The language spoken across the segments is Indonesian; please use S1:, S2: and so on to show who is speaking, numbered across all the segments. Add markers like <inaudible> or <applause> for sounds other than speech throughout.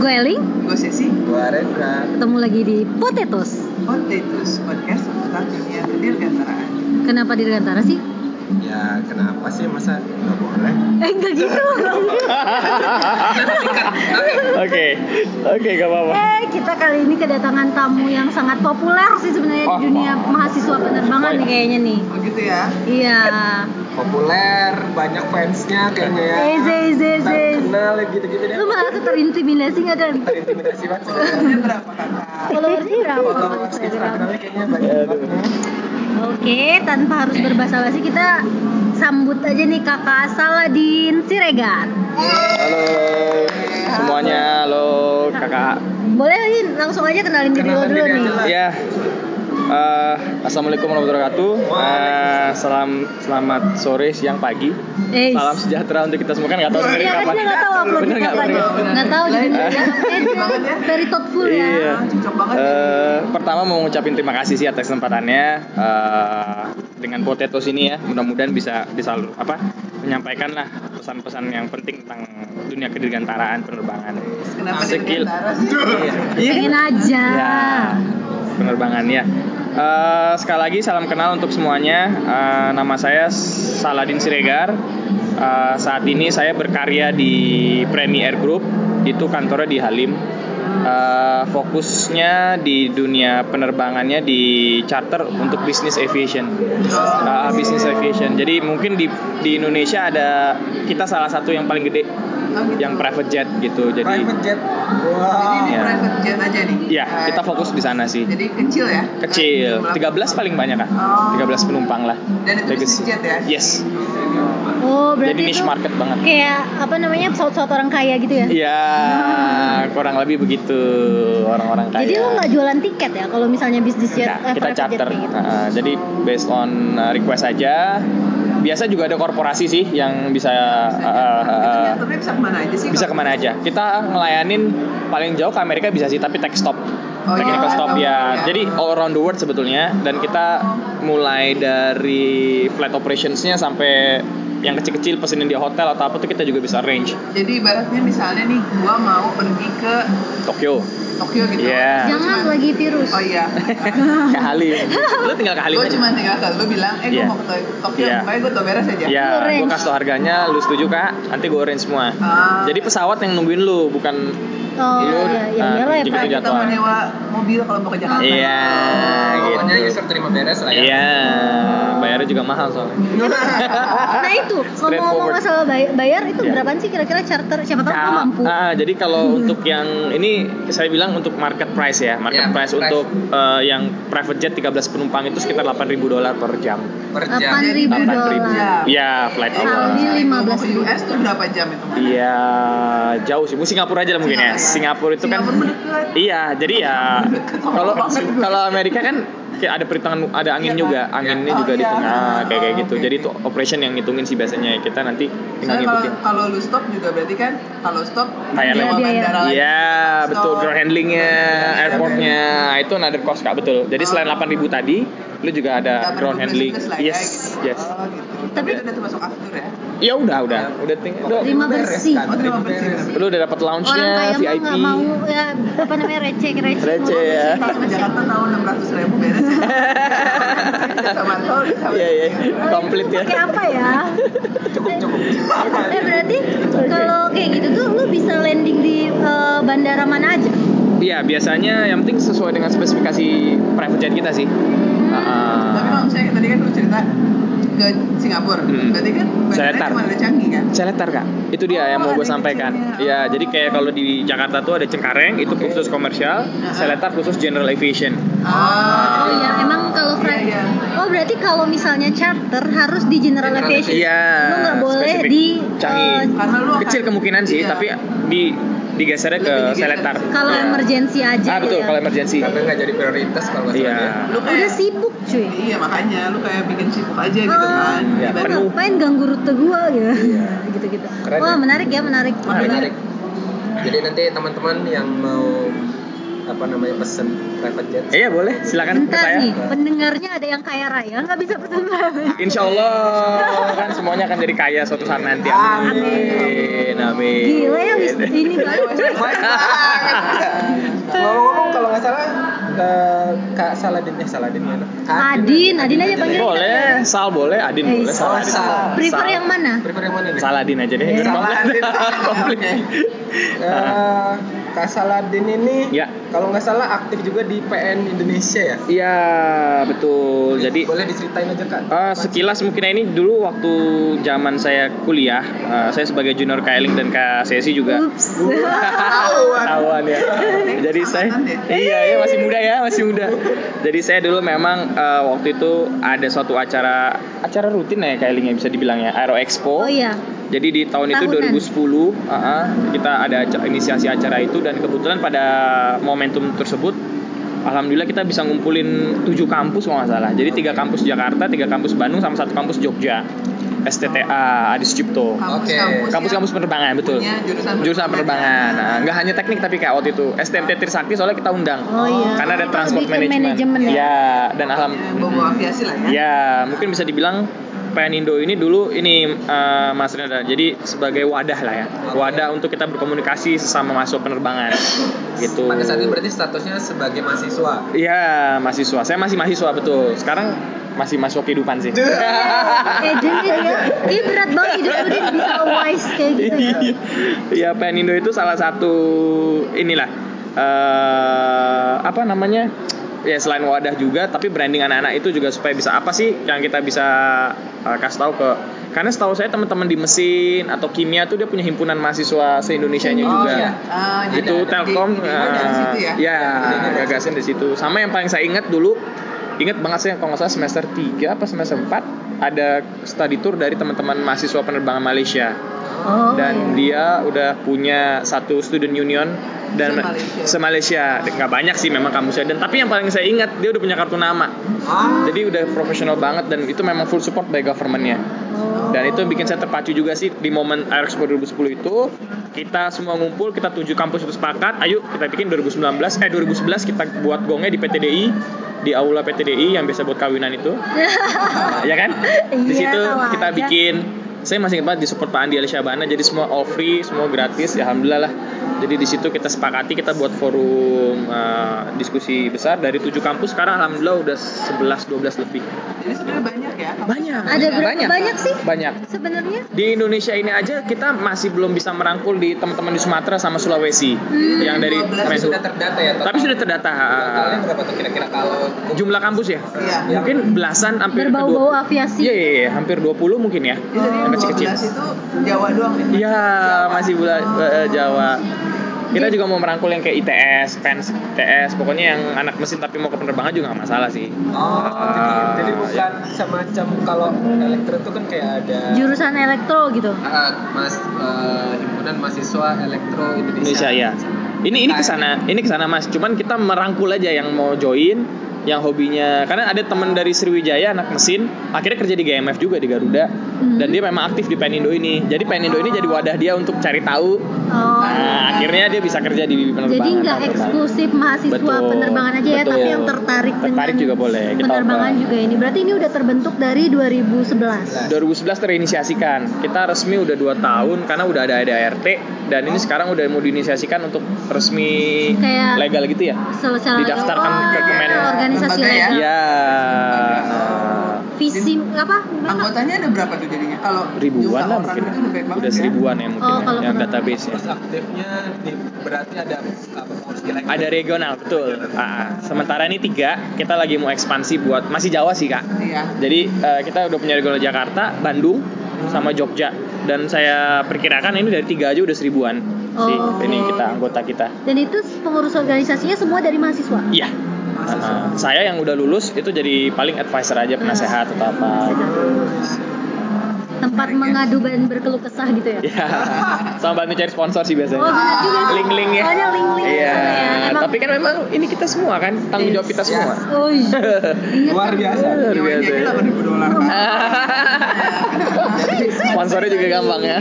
S1: Meli,
S2: Gue Sesi,
S3: Gua Rendra.
S1: ketemu lagi di Potatoes.
S2: Potatoes, podcast seputar dunia kedirgantaraan.
S1: Kenapa di Dirgantara sih?
S3: Ya kenapa sih masa nggak boleh?
S1: Eh enggak gitu.
S4: <laughs> Oke, oke gak apa-apa.
S1: eh kita kali ini kedatangan tamu yang sangat populer sih sebenarnya di
S4: Oh,
S1: dunia mahasiswa penerbangan nih kayaknya nih.
S2: Oh gitu ya?
S1: Iya.
S3: Populer, banyak
S2: Iya.
S3: fansnya kayaknya ya.
S1: Eze eze eze.
S3: Terkenal gitu-gitu deh.
S1: Lu merasa terintimidasi nggak dan?
S3: Terintimidasi banget. sih.
S2: Followersnya Iya, berapa kakak?
S1: Followersnya berapa?
S3: Followers Instagramnya kayaknya banyak banget. ya.
S4: Aduh.
S1: Oke, tanpa harus berbahasa basi kita sambut aja nih kakak Saladin Siregar.
S4: Halo semuanya, halo kakak.
S1: Boleh Lin, langsung aja kenalin diri lo
S3: Kenalan
S1: dulu
S3: diri
S1: nih.
S3: aja lah.
S4: Ya, eh, assalamualaikum warahmatullahi wabarakatuh. Eh, salam selamat sore, siang, pagi.
S1: Eh,
S4: Salam sejahtera untuk kita semua kan nggak tahu sebenarnya
S1: Iya kan
S4: kapan.
S1: dia nggak tahu upload
S4: Bener
S1: di
S4: nggak?
S1: kapan
S4: Bener
S1: ya.
S4: nggak?
S1: Nggak tahu jadi dia
S2: Banget ya.
S1: very thoughtful
S4: Iya.
S1: ya.
S2: Cocok banget ya.
S4: Eh, pertama mau ngucapin terima kasih sih atas kesempatannya eh, dengan potatoes ini ya. Mudah-mudahan bisa bisa lu- apa menyampaikan lah pesan-pesan yang penting tentang dunia kedirgantaraan penerbangan.
S2: Kenapa
S4: Sekil-
S2: dirgantara sih?
S4: Iya.
S1: Pengen aja.
S4: Ya, penerbangan ya. Eh, sekali lagi salam kenal untuk semuanya. Eh, nama saya Saladin Siregar. Eh, saat ini saya berkarya di Premi Air Group. Itu kantornya di Halim. Eh, fokusnya di dunia penerbangannya di charter untuk bisnis aviation. Eh, bisnis aviation. Jadi mungkin di di Indonesia ada kita salah satu yang paling gede
S2: Oh, gitu.
S4: yang private jet gitu. Jadi
S3: Private jet.
S2: Jadi
S3: Wow.
S2: ini
S4: Iya.
S2: private jet aja nih?
S4: ya,
S2: Nah,
S4: kita fokus di sana sih.
S2: Jadi kecil ya?
S4: kecil
S2: Jumlah
S4: 13 paling banyak kan
S2: Oh.
S4: 13 penumpang lah
S2: Dan itu
S4: Bagus.
S2: bisnis jet ya?
S4: yes
S1: Oh, berarti
S4: jadi niche
S1: itu ya?
S4: market banget
S1: kayak apa namanya pesawat-pesawat orang kaya gitu ya.
S4: Iya, kurang lebih begitu orang-orang kaya.
S1: Jadi lo nggak jualan tiket ya kalau misalnya bisnis
S2: Iya,
S1: jet,
S4: Nggak,
S1: eh,
S4: kita
S1: private jet
S4: charter.
S1: kayak gitu.
S4: Nah, jadi based on uh, request aja. Biasa juga ada korporasi sih yang bisa uh,
S2: Itu
S4: uh, uh,
S2: nyaturnya bisa kemana aja sih?
S4: bisa
S2: Kalau-
S4: kemana aja. Kita ngelayanin paling jauh ke Amerika bisa sih, tapi tech stop.
S2: Oh,
S4: Technical
S2: iya.
S4: stop ya. Jadi all around the world sebetulnya dan kita mulai dari flight operationsnya sampai yang kecil-kecil pesenin di hotel atau apa tuh kita juga bisa arrange.
S2: Jadi ibaratnya misalnya nih, gua mau pergi ke <laughs>
S4: Tokyo.
S2: Tokyo gitu.
S4: Iya.
S1: Jangan lagi virus.
S2: Oh iya.
S4: Ke Halim. Lu tinggal ke Halim
S2: Gue
S4: aja.
S2: cuma tinggal ke lu bilang, eh gue
S4: Iya.
S2: mau ke To- Tokyo,
S4: Iya.
S2: makanya gue beres aja.
S4: Ya,
S1: Orange.
S4: gue kasih tau harganya, lu setuju kak? Nanti gue orange semua.
S2: Ah.
S4: Jadi pesawat yang nungguin lu, bukan
S1: Oh,
S4: Iya,
S1: iya, iya,
S4: nah,
S1: iyalah ya,
S4: jadi
S1: Pak.
S2: Kayak kita
S4: jadwal.
S2: mau nyewa mobil kalau mau ke Jakarta. Ah,
S4: Iya,
S3: Pokoknya
S4: gitu.
S3: user terima beres lah ya.
S2: <laughs>
S4: Iya, bayarnya juga mahal soalnya.
S1: Nah itu ngomong-ngomong
S4: Straightforward.
S1: masalah bay- bayar itu
S4: Iya.
S1: berapaan sih kira-kira charter? Siapa tahu lo
S4: Nah,
S1: mampu. Hmm.
S4: ah, jadi kalau untuk yang ini saya bilang untuk market price ya, market
S3: Ya,
S4: price,
S3: price.
S4: untuk eh, yang private jet 13 penumpang itu sekitar 8.000 dolar per jam.
S3: Per jam.
S1: Delapan ribu
S2: Delapan
S1: dolar.
S2: ribu. Jam.
S4: Iya, flight
S1: Kali
S4: hour.
S1: Ini
S2: Jadi mau
S1: 15
S2: ke
S4: Eh,
S2: US tuh berapa jam itu?
S4: Iya, jauh sih. Bu Singapura aja lah mungkin ya. Singapura itu kan
S2: Singapura mendekat.
S4: Iya, jadi ya kalau
S2: Banget gue.
S4: kalau Amerika kan kayak ada perhitungan ada angin
S2: Iya,
S4: juga,
S2: kan?
S4: anginnya
S2: Oh,
S4: juga di
S2: iya.
S4: tengah kayak kayak
S2: Oh,
S4: gitu.
S2: oke,
S4: Jadi
S2: oke.
S4: itu operation yang ngitungin sih biasanya kita nanti tinggal
S2: Soalnya kalau
S4: ngikutin.
S2: kalau lu stop juga berarti kan kalau stop
S4: Bayar
S2: nyewa
S1: lagi.
S2: bandara lagi.
S4: Iya, betul
S2: Stop.
S4: ground handlingnya,
S2: Iya,
S4: airportnya, Nah, itu another cost kak betul. Jadi selain 8.000 tadi, lu juga ada
S2: Oh. Dapat
S4: Iya, ground
S2: plus
S4: handling.
S2: plus lah ya,
S4: Yes,
S2: gitu.
S4: yes.
S2: Oh, gitu. Tapi
S1: Tapi-
S2: itu udah termasuk after ya.
S4: Ya udah, udah, udah ting- lu,
S1: Terima bersih.
S3: Kan,
S2: Oh, terima
S3: beres.
S2: kasih.
S4: lu udah dapat
S1: Orang kaya
S4: lounge-nya,
S1: mah
S4: VIP.
S1: nggak mau ya apa namanya receh receh.
S4: Receh, ya.
S2: Kalau ke Jakarta tahu 600 ribu
S4: <laughs>
S2: beres. ya. Sama tol sama.
S4: Iya, iya. Komplit ya.
S1: Pakai apa
S4: <laughs>
S1: ya?
S3: Cukup cukup.
S1: Eh berarti kalau kayak gitu tuh lu bisa landing di eh, bandara mana aja?
S4: Iya, biasanya yang penting sesuai dengan spesifikasi private jet kita sih.
S2: Tapi
S4: Ah,
S2: maksudnya tadi kan lu cerita ke Singapura.
S4: Hmm.
S2: Berarti kan bandara
S4: Seletar.
S2: cuma ada Canggih kan?
S4: Seletar kak, itu dia
S2: Oh,
S4: yang mau
S2: ada ya.
S4: gue
S2: yang
S4: sampaikan.
S2: kecilnya.
S4: Iya, jadi kayak kalau di Jakarta tuh ada Cengkareng, itu khusus komersial,
S2: Uh-huh.
S4: Seletar khusus general aviation.
S2: Ah.
S1: Oh iya, emang kalau flight.
S2: Iya,
S1: Oh berarti kalau misalnya charter harus di general
S3: General
S1: aviation.
S4: Iya.
S1: Lu nggak boleh
S4: spesifik.
S1: di
S4: Canggih.
S1: eh,
S2: Karena lu akan-
S4: Kecil kemungkinan sih,
S2: Iya.
S4: tapi di digesernya ke
S2: Lebih digeser.
S4: Seletar.
S1: kalau
S4: Iya.
S1: emergency aja.
S4: Ah betul,
S1: ya.
S4: kalau emergency.
S3: Karena nggak jadi prioritas kalau nggak
S4: Iya.
S3: salah ya.
S2: Lu kayak
S1: Udah sibuk cuy. Ah,
S2: Iya makanya lu kayak bikin sibuk aja gitu kan.
S4: Iya,
S1: Lu
S2: Ibarat-
S4: penuh.
S2: <laughs>
S1: ngapain ganggu rute gua ya?
S4: Iya.
S1: <laughs> Gitu-gitu.
S3: Keren
S1: Wah
S3: ya?
S1: menarik ya menarik.
S3: menarik. Jadi nanti teman-teman yang mau apa namanya pesen private jet?
S4: Iya boleh, silakan ke
S1: Bentar
S4: saya.
S1: nih, pendengarnya ada yang kaya raya nggak bisa pesen private.
S4: Insya Allah kan semuanya akan jadi kaya suatu saat nanti. Amin. Amin.
S1: Gila ya wis ini banget.
S3: Ngomong-ngomong kalau nggak salah eh, Kak Saladin eh Saladin mana?
S1: Adin, Adin aja panggil.
S4: Boleh, Sal boleh, Adin
S1: Eh,
S4: boleh, Sal.
S3: Salah Sal.
S1: Prefer yang mana? Eh,
S3: Prefer yang mana nih?
S4: Saladin aja deh. biar
S3: Saladin.
S4: komplit. <laughs> Komplit.
S3: Eh, Kak Saladin ini
S4: Ya.
S3: kalau nggak salah aktif juga di PN Indonesia ya.
S4: Iya, betul. Jadi
S3: boleh diceritain aja Kak.
S4: Eh, sekilas mungkin ini dulu waktu zaman saya kuliah, eh, saya sebagai junior Kailing dan KCSI juga.
S1: Ups.
S4: <laughs> Tahuan ya. Jadi saya
S2: Angkatan ya?
S4: Iya, iya masih muda ya, masih muda. Jadi saya dulu memang eh, waktu itu ada suatu acara acara rutin ya Kailingnya bisa dibilang ya, Aero Expo.
S1: Oh iya.
S4: Jadi di tahun
S1: Tahunan.
S4: itu 2010 uh-uh, kita ada aca- inisiasi acara itu dan kebetulan pada momentum tersebut Alhamdulillah kita bisa ngumpulin tujuh kampus kalau nggak salah. Jadi tiga kampus Jakarta, tiga kampus Bandung, sama satu kampus Jogja.
S1: Oh.
S4: STTA Adi Sucipto.
S3: Oke.
S1: ya?
S4: Kampus-kampus penerbangan betul.
S2: punya jurusan
S4: Jurusan
S2: penerbangan.
S4: penerbangangan. Nah, nggak hanya teknik tapi kayak waktu itu STMT Trisakti soalnya kita undang.
S1: Oh iya.
S4: Karena ada transport
S1: Lebih ke
S4: management.
S1: manajemen ya.
S4: Iya, dan alham
S2: Bobo aviasi lah ya.
S4: Ya, mungkin bisa dibilang Penindo ini dulu ini eh, Mas Renata. Jadi sebagai wadah lah ya. Wadah untuk kita berkomunikasi sesama masuk penerbangan. gitu.
S3: Pada saat itu berarti statusnya sebagai mahasiswa.
S4: Iya, mahasiswa. Saya masih mahasiswa betul. Sekarang masih masuk kehidupan sih.
S1: Eh jadi ya, ini berat banget hidup lu dia bisa wise kayak gitu. ya.
S4: Iya, Penindo itu salah satu inilah eh apa namanya? Ya selain wadah juga, tapi branding anak-anak itu juga supaya bisa apa sih yang kita bisa eh, kasih tahu ke karena setahu saya teman-teman di mesin atau kimia tuh dia punya himpunan mahasiswa se-Indonesia-nya
S2: Oh,
S4: juga.
S2: iya. Ah, jadi
S4: itu
S2: ada-
S4: Telkom
S2: di- di- dari situ ya.
S4: ya gagasan di situ sama yang paling saya ingat dulu ingat banget saya kalau nggak salah semester 3 apa semester 4 ada study tour dari teman-teman mahasiswa penerbangan Malaysia
S1: Oh. iya.
S4: dan dia udah punya satu student union dan
S2: Se-Malaysia.
S4: se-Malaysia nggak banyak sih memang kampusnya dan tapi yang paling saya ingat dia udah punya kartu nama
S3: Ah.
S4: jadi udah profesional banget dan itu memang full support by governmentnya
S1: Oh.
S4: dan itu yang bikin saya terpacu juga sih di momen Air Expo 2010 itu kita semua ngumpul kita tujuh kampus itu sepakat ayo kita bikin 2019 eh 2011 kita buat gongnya di PTDI di aula PTDI yang biasa buat kawinan itu ya kan
S1: Iya,
S4: di situ
S1: tahu
S4: kita
S1: aja.
S4: bikin saya masih ingat banget di support Pak Andi Alisyabana jadi semua all free semua gratis ya alhamdulillah lah jadi di situ kita sepakati kita buat forum eh, diskusi besar dari tujuh kampus sekarang alhamdulillah udah 11 12 lebih
S2: Jadi sebenarnya banyak ya. kampus.
S4: banyak
S1: Ada berapa
S4: banyak
S1: banyak sih?
S4: banyak
S1: Sebenarnya
S4: di Indonesia ini aja kita masih belum bisa merangkul di teman-teman di Sumatera sama Sulawesi
S1: Hmm.
S4: yang dari
S3: 12
S4: Menhub.
S3: sudah terdata ya.
S4: tapi sudah terdata
S3: Totalnya berapa tuh kira-kira kalau
S4: jumlah kampus ya
S2: Iya.
S4: mungkin belasan hampir ke dua-
S1: berbau-bau
S4: iya
S1: aviasi.
S4: iya iya, hampir 20 mungkin ya
S2: Jadi yang
S4: yang kecil-kecil
S2: 12 itu Jawa doang ya.
S4: iya masih bula, eh, Jawa kita
S1: Jadi-
S4: juga mau merangkul yang kayak ITS, fans ITS, pokoknya yang anak mesin tapi mau ke penerbangan juga nggak masalah sih.
S3: Oh, jadi,
S4: Ah,
S3: jadi
S4: ya.
S3: bukan semacam kalau elektro itu kan kayak ada
S1: Jurusan elektro gitu.
S3: Ah, mas eh, himpunan mahasiswa elektro Indonesia.
S4: Indonesia ya. Ini ini kesana, ini kesana mas. Cuman kita merangkul aja yang mau join, yang hobinya. Karena ada teman dari Sriwijaya anak mesin, akhirnya kerja di GMF juga di Garuda.
S1: Hmm.
S4: Dan dia memang aktif di Penindo ini. Jadi Penindo ini jadi wadah dia untuk cari tahu.
S1: Oh.
S4: Nah, akhirnya dia bisa kerja di penerbangan.
S1: Jadi nggak eksklusif mahasiswa
S4: Betul,
S1: penerbangan aja ya,
S4: betul.
S1: tapi yang tertarik,
S4: Tertarik
S1: dengan
S4: juga boleh, kita
S1: penerbangan
S4: open.
S1: juga ini. Berarti ini udah terbentuk dari 2011.
S4: 2011 terinisiasikan. Kita resmi udah 2 tahun karena udah ada E ADART dan ini sekarang udah mau diinisiasikan untuk resmi
S1: Kayak-
S4: legal gitu ya.
S1: Secara
S4: Didaftarkan
S1: Oh,
S4: ke Kemen-
S1: organisasi
S2: Lembaga ya?
S1: legal.
S4: Iya.
S1: Visi apa?
S2: Anggotanya ada berapa tuh jadinya? Kalau
S4: ribuan
S2: juta
S4: lah
S2: orang
S4: mungkin
S2: itu lebih banget
S4: udah
S2: ya.
S4: seribuan ya mungkin
S1: Oh,
S4: ya,
S1: kalau
S4: yang
S1: pernah.
S4: database nya
S3: Terus aktifnya di, berarti ada apa kursi elektro.
S4: ada regional betul Ah, sementara ini tiga kita lagi mau ekspansi buat masih Jawa sih kak
S2: Iya.
S4: jadi eh, kita udah punya regional Jakarta Bandung sama Jogja dan saya perkirakan ini dari tiga aja udah seribuan sih
S1: Oh, oke.
S4: ini kita anggota kita
S1: Dan itu pengurus organisasinya semua dari mahasiswa.
S4: iya Ah, saya yang udah lulus itu jadi paling advisor aja penasehat atau apa gitu.
S1: Tempat
S4: Iya.
S1: mengadu dan berkeluh kesah gitu ya.
S4: ya sama bantu cari sponsor sih biasanya
S1: Oh, benar juga. Oh, sih.
S4: link-linknya.
S1: Soalnya link-link
S4: Iya.
S1: gitu ya. Emang-
S4: Tapi kan memang ini kita semua kan tanggung jawab kita semua.
S1: Oh,
S4: <laughs>
S1: iya.
S3: Luar biasa.
S4: Luar
S2: Jawa
S1: Oh,
S4: biasa.
S2: jadi 8000 dolar.
S4: Sponsornya juga gampang ya.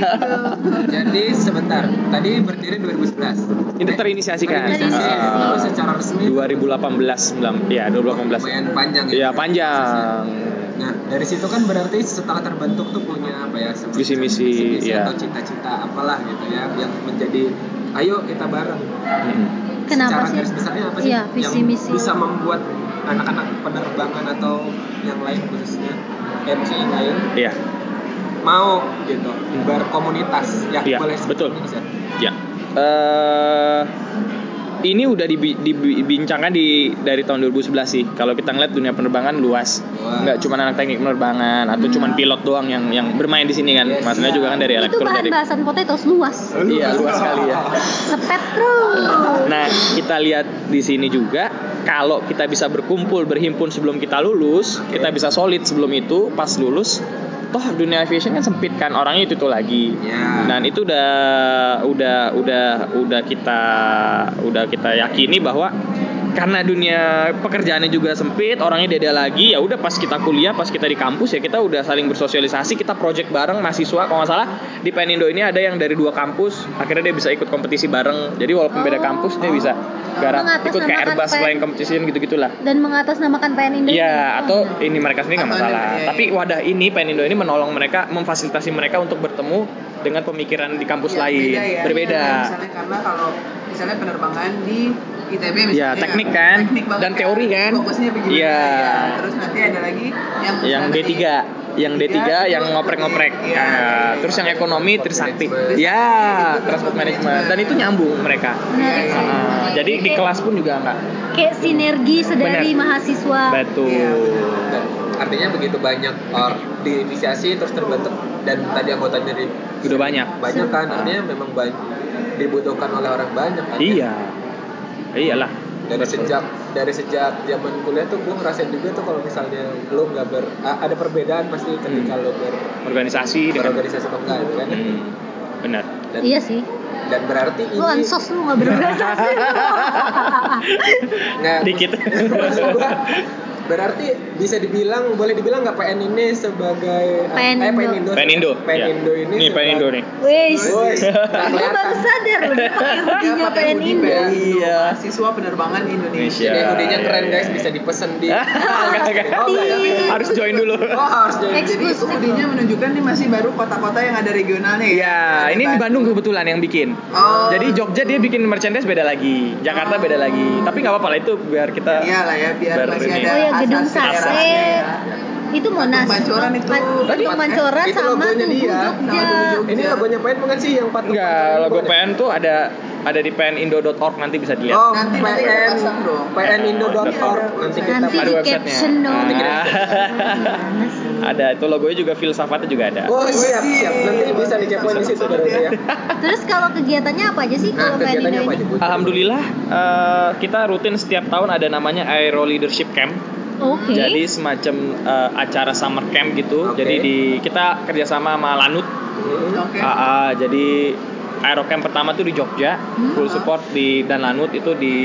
S3: Jadi sebentar, tadi berdiri 2011.
S4: Itu terinisiasikan. Ah.
S3: Terinisiasi.
S1: Terinisiasi.
S3: Lalu secara resmi
S4: 2018 19 ya 2018.
S3: lumayan panjang
S4: Ya panjang.
S3: Nah, dari situ kan berarti setelah terbentuk tuh punya apa ya? semacam
S4: Visi misi,
S3: visi-misi
S4: ya.
S3: atau cita-cita apalah gitu ya yang menjadi ayo kita bareng.
S4: Mm-mm.
S1: Kenapa
S3: Secara
S1: sih?
S3: garis besarnya apa sih?
S1: Iya, visi
S3: yang
S1: misi.
S3: bisa membuat anak-anak penerbangan atau yang lain khususnya eh maksudnya yang lain
S4: Iya.
S3: mau gitu berkomunitas ya
S4: Iya,
S3: boleh sebut
S4: betul.
S3: komunitas ya.
S4: Ya. Eh ini udah dibi- dibincangkan di dari tahun 2011 sih. Kalau kita ngeliat dunia penerbangan luas,
S3: Wah.
S4: nggak cuma anak teknik penerbangan atau
S1: Hmm.
S4: cuman pilot doang yang yang bermain di sini kan.
S3: Yes,
S4: Maksudnya
S3: iya.
S4: juga kan
S1: Itu
S4: dari elektro
S1: bahan
S4: dari
S1: bahasan potatoes luas.
S4: Iya, luas sekali ya.
S1: Sepet terus.
S4: <laughs> Nah, kita lihat di sini juga kalau kita bisa berkumpul, berhimpun sebelum kita lulus,
S3: Oke.
S4: kita bisa solid sebelum itu, pas lulus toh dunia aviation kan sempit kan orangnya itu tuh lagi.
S3: Ya.
S4: Dan itu udah udah udah udah kita udah kita yakini bahwa karena dunia pekerjaannya juga sempit, orangnya beda lagi. Ya udah pas kita kuliah, pas kita di kampus ya kita udah saling bersosialisasi, kita project bareng mahasiswa. Kalau nggak salah di Penindo ini ada yang dari dua kampus, akhirnya dia bisa ikut kompetisi bareng. Jadi walaupun
S1: Oh.
S4: beda kampus dia bisa garap ikut
S1: Mengatasnamakan
S4: kayak Airbus
S1: pen-
S4: flying competition gitu-gitulah.
S1: Dan mengatasnamakan PN Indonesia.
S4: Iya, atau ini mereka sendiri nggak
S2: Atau
S4: masalah.
S2: ini, iya, iya.
S4: Tapi wadah ini Penindo ini menolong mereka, memfasilitasi mereka untuk bertemu dengan pemikiran di kampus
S2: Iya,
S4: lain,
S2: beda ya.
S4: berbeda.
S2: Iya, misalnya karena kalau misalnya penerbangan di ITB
S4: Iya,
S2: misalnya ya,
S4: teknik kan?
S2: teknik banget
S4: Dan teori kan?
S2: fokusnya begini
S4: Iya.
S2: terus nanti ada lagi yang
S4: yang
S2: misalnya
S4: D3, yang D3
S2: itu
S4: yang ngoprek-ngoprek.
S2: lebih- iya.
S4: Nah, terus yang ekonomi Trisakti.
S3: management.
S4: Ya,
S2: Trisakti,
S4: transport
S2: transport
S4: management dan
S2: management.
S4: itu nyambung mereka.
S1: Menarik sih.
S4: Ah, jadi di
S1: Kayak-
S4: kelas pun juga enggak.
S1: Kayak sinergi sedari
S4: Benar.
S1: mahasiswa.
S2: Iya,
S4: Betul.
S3: Dan artinya begitu banyak or, diinisiasi terus terbentuk dan tadi anggota dari
S4: Udah banyak.
S3: banyak kan artinya memang banyak dibutuhkan oleh orang banyak kan
S4: Iya. Iyalah.
S3: dari sejak dari sejak zaman kuliah tuh gue ngerasain juga tuh kalau misalnya lo nggak ber a- ada perbedaan pasti ketika
S4: Hmm.
S3: lo ber
S4: organisasi dengan
S3: berorganisasi atau enggak gitu kan
S4: hmm, benar.
S3: dan,
S1: Iya Oh, sih.
S3: dan berarti ini
S1: Lu ansos lu nggak berorganisasi.
S3: nggak-
S4: Dikit.
S3: Maksud gua, Nah, <laughs> berarti bisa dibilang boleh dibilang nggak PN ini sebagai
S1: PN
S3: eh, PN Indo
S1: Indo.
S4: Penindo.
S3: PN Indo
S4: Iya.
S3: ini
S4: Nih
S3: sebagai-
S4: Penindo nih.
S1: Wis.
S3: Woi, nggak
S1: Lu baru
S3: kelihatan.
S1: sadar lu dia pakai hoodie-nya
S2: pakai
S1: PN
S2: hoodie
S1: Indo.
S2: PN Indo,
S4: Iya.
S2: mahasiswa penerbangan Indonesia
S3: Jadi
S4: Iya,
S3: hoodie-nya
S4: iya,
S3: keren
S4: iya,
S3: guys,
S4: iya.
S3: bisa dipesen di
S4: <laughs> Enggak, enggak.
S3: Oh, enggak, enggak.
S4: Iya. Harus join
S2: <laughs>
S4: dulu.
S3: Oh, harus jadi.
S2: jadi itu
S1: Eksklusif.
S2: hoodie-nya menunjukkan nih masih baru kota-kota yang ada regionalnya ya
S4: Iya,
S2: Ada
S4: ini di Bandung kebetulan yang bikin.
S2: Oh.
S4: Jadi Jogja dia bikin merchandise beda lagi, Jakarta beda
S3: Oh.
S4: lagi. Tapi nggak apa-apa lah itu biar kita
S2: Iya lah ya biar
S4: Baru
S2: masih
S4: ini.
S2: ada
S1: Oh ya,
S2: asas
S1: gedung
S2: daerahnya
S1: sate.
S2: ya.
S1: Itu Monas.
S2: Patung Pancoran itu.
S1: Tadi Pancoran
S3: Itu
S1: sama
S3: logonya
S1: Tugu
S3: dia.
S1: Jogja.
S2: Sama Tugu Jogja.
S3: Ini logonya PN bukan sih yang patung?
S4: Enggak,
S3: patung
S4: logo
S3: ini bukan ya?
S4: PN tuh ada ada di pnindo.org nanti bisa dilihat.
S3: Oh,
S2: Nanti- nanti kita
S3: PN
S2: pasang dong.
S3: pnindo.org. Nanti kita
S1: Nanti di
S4: Ada websitenya.
S1: caption dong.
S4: Ah. <laughs> Ada itu logonya juga filsafatnya juga ada.
S3: Oh, siap, siap. Nanti bisa di caption di situ berarti ya.
S1: Terus kalau kegiatannya apa aja sih kalau PN
S3: Nah, kegiatannya
S1: Indo
S3: apa
S1: ini?
S3: aja, Bu?
S4: Alhamdulillah eh, kita rutin setiap tahun ada namanya Aero Leadership Camp.
S1: Oke.
S4: Jadi semacam eh, acara summer camp gitu.
S3: Oke.
S4: Jadi di kita kerjasama sama Lanut.
S3: Hmm.
S2: Oke.
S4: AA. jadi Aero camp pertama tuh di Jogja,
S1: Hmm.
S4: full support di dan Lanut itu di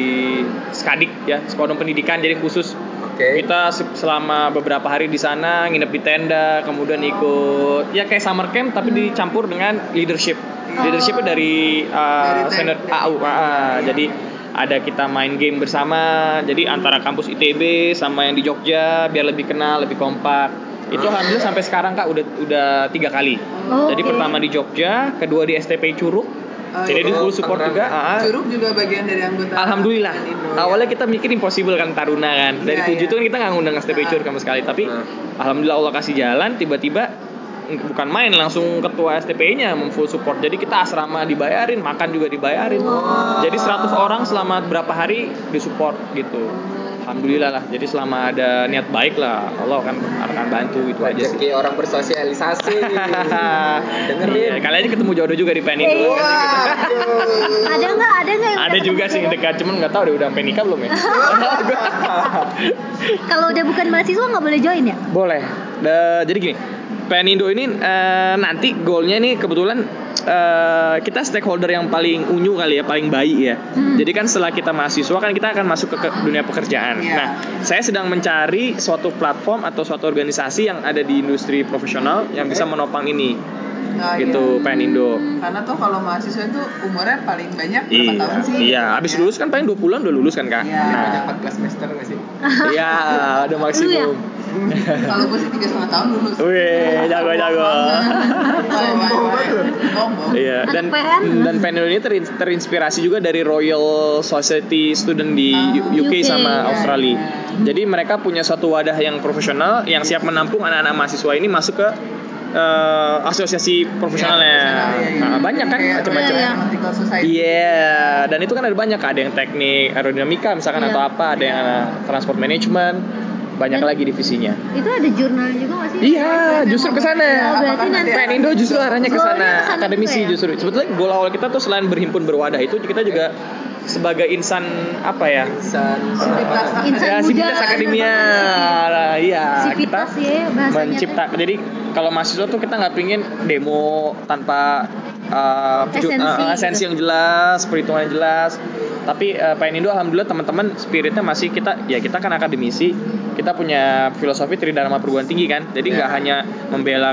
S4: Skadik ya, Skodon Pendidikan jadi khusus
S3: Oke.
S4: kita se- selama beberapa hari di sana nginep di tenda, kemudian ikut ya kayak summer camp tapi dicampur dengan leadership. Leadershipnya dari, uh,
S2: Dari
S4: standar
S2: teknik.
S4: AU, uh, jadi ada kita main game bersama, jadi antara kampus ITB sama yang di Jogja biar lebih kenal, lebih kompak. Itu alhamdulillah sampai sekarang kak udah udah tiga kali.
S1: Oke.
S4: Jadi pertama di Jogja, kedua di STP Curug,
S2: Oh,
S4: jadi di
S3: Curug,
S4: full support juga.
S3: Tangerang, ya?
S4: uh, uh.
S2: Curug juga bagian dari anggota
S4: Alhamdulillah.
S2: PN Indo, ya.
S4: Awalnya kita mikir impossible kan Taruna kan. Dari
S2: Iya,
S4: tujuh
S2: iya.
S4: tuh kan kita nggak ngundang STP
S2: Nah.
S4: Cur sama sekali. Tapi
S3: Nah.
S4: alhamdulillah Allah kasih jalan. Tiba-tiba ng- bukan main langsung ketua STP-nya memfull support. Jadi kita asrama dibayarin, makan juga dibayarin. Jadi 100 orang selama berapa hari disupport gitu. Alhamdulillah lah. Jadi selama ada niat baik lah, Allah akan akan bantu itu aja Iya sih.
S3: Rezeki orang
S4: <laughs>
S3: bersosialisasi. Dengerin.
S4: Iya, kali aja ketemu jodoh juga di PN itu.
S1: Iya. Ada nggak? Ada nggak? yang
S4: Ada
S1: udah
S4: juga
S1: ketemu
S4: sih yang
S1: jodoh?
S4: dekat, cuman nggak tahu udah udah sampai nikah belum ya.
S1: Kalau udah bukan mahasiswa nggak boleh join ya?
S4: Boleh. Da- jadi gini, PN Indo ini eh, nanti goalnya ini kebetulan eh, kita stakeholder yang paling unyu kali ya, paling baik ya.
S1: Hmm.
S4: Jadi kan setelah kita mahasiswa kan kita akan masuk ke, ke dunia pekerjaan.
S2: Iya.
S4: Nah, saya sedang mencari suatu platform atau suatu organisasi yang ada di industri profesional yang bisa menopang ini,
S2: Nah,
S4: gitu, Penindo.
S2: Karena tuh kalau mahasiswa itu umurnya paling banyak berapa
S4: Iya,
S2: tahun sih?
S4: iya. Abis lulus kan paling 20 bulan udah lulus kan kak?
S2: Iya.
S3: Ada
S4: Nah,
S3: 14 semester nggak sih?
S4: iya,
S2: ya?
S4: ada maksimum.
S2: <laughs> Kalau gue sih tiga setengah tahun lulus.
S4: Wih, jago jago. <laughs>
S2: Bye, bye, bye. Sombong.
S4: Iya, dan
S1: Anak PN.
S4: dan panel ini terin- terinspirasi juga dari Royal Society Student di
S2: Ah,
S4: U- UK,
S1: UK,
S4: sama
S1: ya.
S2: iya,
S4: Australia. Jadi mereka punya suatu wadah yang profesional yang siap menampung anak-anak mahasiswa ini masuk ke eh, asosiasi profesionalnya.
S2: Iya, iya.
S4: Nah, banyak kan
S2: Kayak
S4: macam-macam.
S1: Royal.
S2: Mathematical Society.
S4: Iya, dan itu kan ada banyak ada yang teknik aerodinamika misalkan
S1: Iya.
S4: atau apa, ada yang eh,
S2: Iya.
S4: transport management, banyak
S1: Dan-
S4: lagi divisinya.
S1: Itu ada jurnal juga nggak sih?
S4: Iya, justru ke sana.
S1: Oh, berarti
S2: Apakah
S1: nanti
S2: ada-
S4: PN Indo justru arahnya ke
S1: Goalnya ke
S4: sana,
S1: sana
S4: akademisi
S1: juga ya?
S4: justru. Sebetulnya goal awal kita tuh selain berhimpun berwadah itu kita juga sebagai insan apa ya?
S3: Insan
S2: Sivitas.
S1: Insan
S4: ya,
S1: muda.
S4: sivitas akademia. Nah, Iya, kita
S1: Sivitas ya bahasanya.
S4: mencipta. Jadi kalau mahasiswa tuh kita nggak pingin demo tanpa uh, ju-
S1: Esensi
S4: uh,
S1: gitu.
S4: esensi yang jelas, perhitungan yang jelas. Tapi uh, Pak Indo alhamdulillah teman-teman spiritnya masih kita ya kita kan akademisi, kita punya filosofi tridharma perguruan tinggi kan. Jadi nggak hanya membela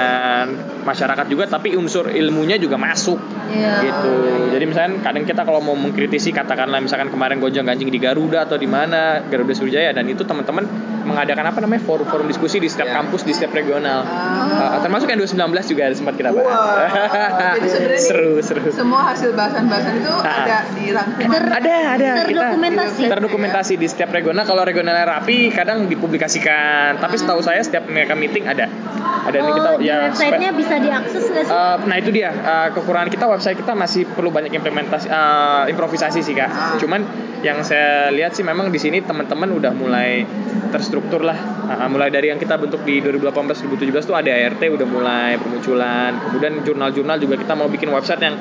S4: kepentingan masyarakat juga, tapi unsur ilmunya juga masuk
S1: Iya.
S4: gitu. Jadi misalkan kadang kita kalau mau mengkritisi katakanlah misalkan kemarin gonjang ganjing di Garuda atau di mana Garuda Surjaya dan itu teman-teman mengadakan apa namanya forum-forum diskusi di setiap
S3: Ya.
S4: kampus di setiap regional.
S2: Iya. Ah.
S4: Eh, termasuk yang 2019 juga sempat kita bahas. <laughs>
S2: Wah. Jadi sebenarnya
S4: seru seru.
S2: Semua hasil bahasan-bahasan itu
S4: Ah.
S2: ada di rangkuman.
S1: Ter-
S4: Ada ada kita
S1: Terdokumentasi.
S4: terdokumentasi di setiap regional kalau regionalnya rapi kadang dipublikasikan tapi
S2: Ah.
S4: setahu saya setiap mereka meeting ada ada nih
S1: Oh,
S4: kita
S1: di
S4: ya spe-
S1: websitenya bisa diakses nggak sih?
S4: Eh, nah itu dia Eh, kekurangan kita website kita masih perlu banyak implementasi eh, improvisasi sih kak.
S2: Ah.
S4: Cuman yang saya lihat sih memang di sini teman-teman udah mulai terstruktur lah. Ah, mulai dari yang kita bentuk di 2018-2017 tuh ada ART udah mulai bermunculan. Kemudian jurnal-jurnal juga kita mau bikin website yang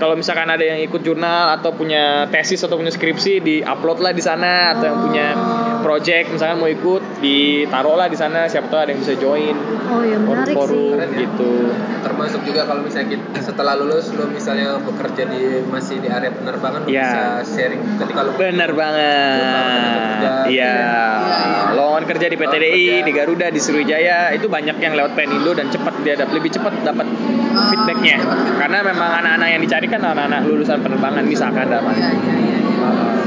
S4: kalau misalkan ada yang ikut jurnal atau punya tesis atau punya skripsi di upload lah di sana atau yang punya
S1: Oh.
S4: project misalkan mau ikut ditaruh lah di sana siapa tahu ada yang bisa join
S1: oh ya menarik sih.
S4: forum-forum
S3: Keren ya.
S4: gitu.
S3: termasuk juga kalau misalnya kita setelah lulus lo misalnya bekerja di masih di area penerbangan lo
S4: Iya.
S3: bisa sharing ketika lo
S4: Bener banget. Iya. Lowongan kerja di PT DI, di Garuda, di Sriwijaya itu banyak yang lewat Penindo dan cepat dia dapat lebih cepat dapat feedbacknya. Karena memang anak-anak yang dicari kan anak-anak lulusan penerbangan misalkan dapat.
S2: Iya, iya, iya. iya.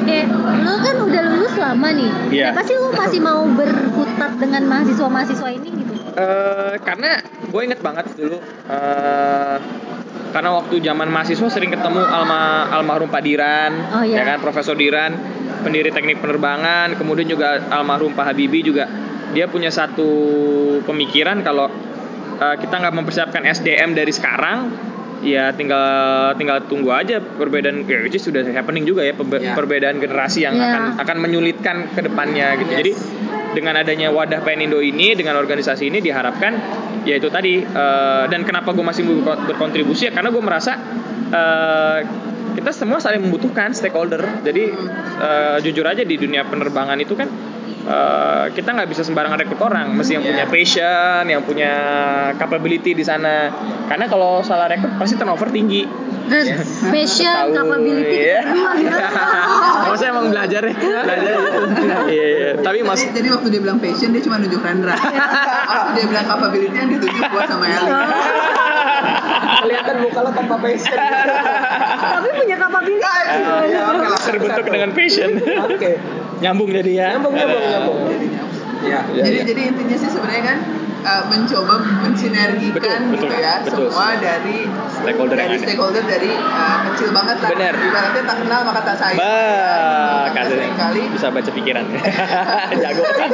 S1: Eh, lu kan udah lulus lama nih.
S4: Iya.
S1: Kenapa sih lu masih mau berkutat dengan mahasiswa-mahasiswa ini gitu?
S4: Eh, karena gue inget banget dulu eh, karena waktu zaman mahasiswa sering ketemu alma almarhum Pak Diran,
S1: Oh, iya.
S4: ya kan Profesor Diran, pendiri teknik penerbangan, kemudian juga almarhum Pak Habibie juga dia punya satu pemikiran kalau eh, kita nggak mempersiapkan SDM dari sekarang, ya tinggal tinggal tunggu aja perbedaan, ya, which is sudah happening juga ya pembe-
S2: Iya.
S4: perbedaan generasi yang
S1: Iya.
S4: akan akan menyulitkan kedepannya gitu.
S2: Yes.
S4: Jadi dengan adanya wadah Penindo ini dengan organisasi ini diharapkan yaitu tadi eh, dan kenapa gue masih ber- berkontribusi ya karena gue merasa eh, kita semua saling membutuhkan stakeholder jadi eh, jujur aja di dunia penerbangan itu kan eh, kita nggak bisa sembarangan rekrut orang mesti yang
S3: Iya.
S4: punya passion yang punya capability di sana karena kalau salah rekrut pasti turnover tinggi
S1: <laughs> Terus passion,
S4: Tahu,
S1: capability
S4: iya.
S1: kita semua gitu.
S4: Maksudnya emang belajar ya belajar gitu. <laughs> Iya, iya. tapi mas
S2: Jadi, jadi waktu dia bilang passion dia cuma nunjuk
S4: <laughs>
S2: Rendra. waktu dia bilang capability yang ditunjuk gua sama
S4: Iya,
S2: Eli.
S3: kelihatan muka lo tanpa
S4: <laughs>
S3: passion
S1: Tapi punya capability.
S2: Ya,
S3: Iya, oke lah.
S4: terbentuk Eh, dengan
S2: <laughs>
S4: passion
S3: oke
S4: nyambung jadi ya
S3: nyambung nyambung nyambung ya
S4: Iya,
S2: jadi
S4: iya.
S2: jadi intinya sih sebenarnya kan eh, mencoba mensinergikan
S4: Betul,
S2: gitu
S4: betul,
S2: ya
S4: betul.
S2: semua dari
S4: stakeholder yang
S2: dari
S4: ada
S2: stakeholder dari eh, kecil banget lah.
S4: Benar.
S2: Ibaratnya tak kenal maka tak sayang.
S4: bah
S2: Karena
S4: kasih
S2: seringkali
S4: <laughs> bisa baca
S2: <laughs>
S4: pikiran jago
S2: kan.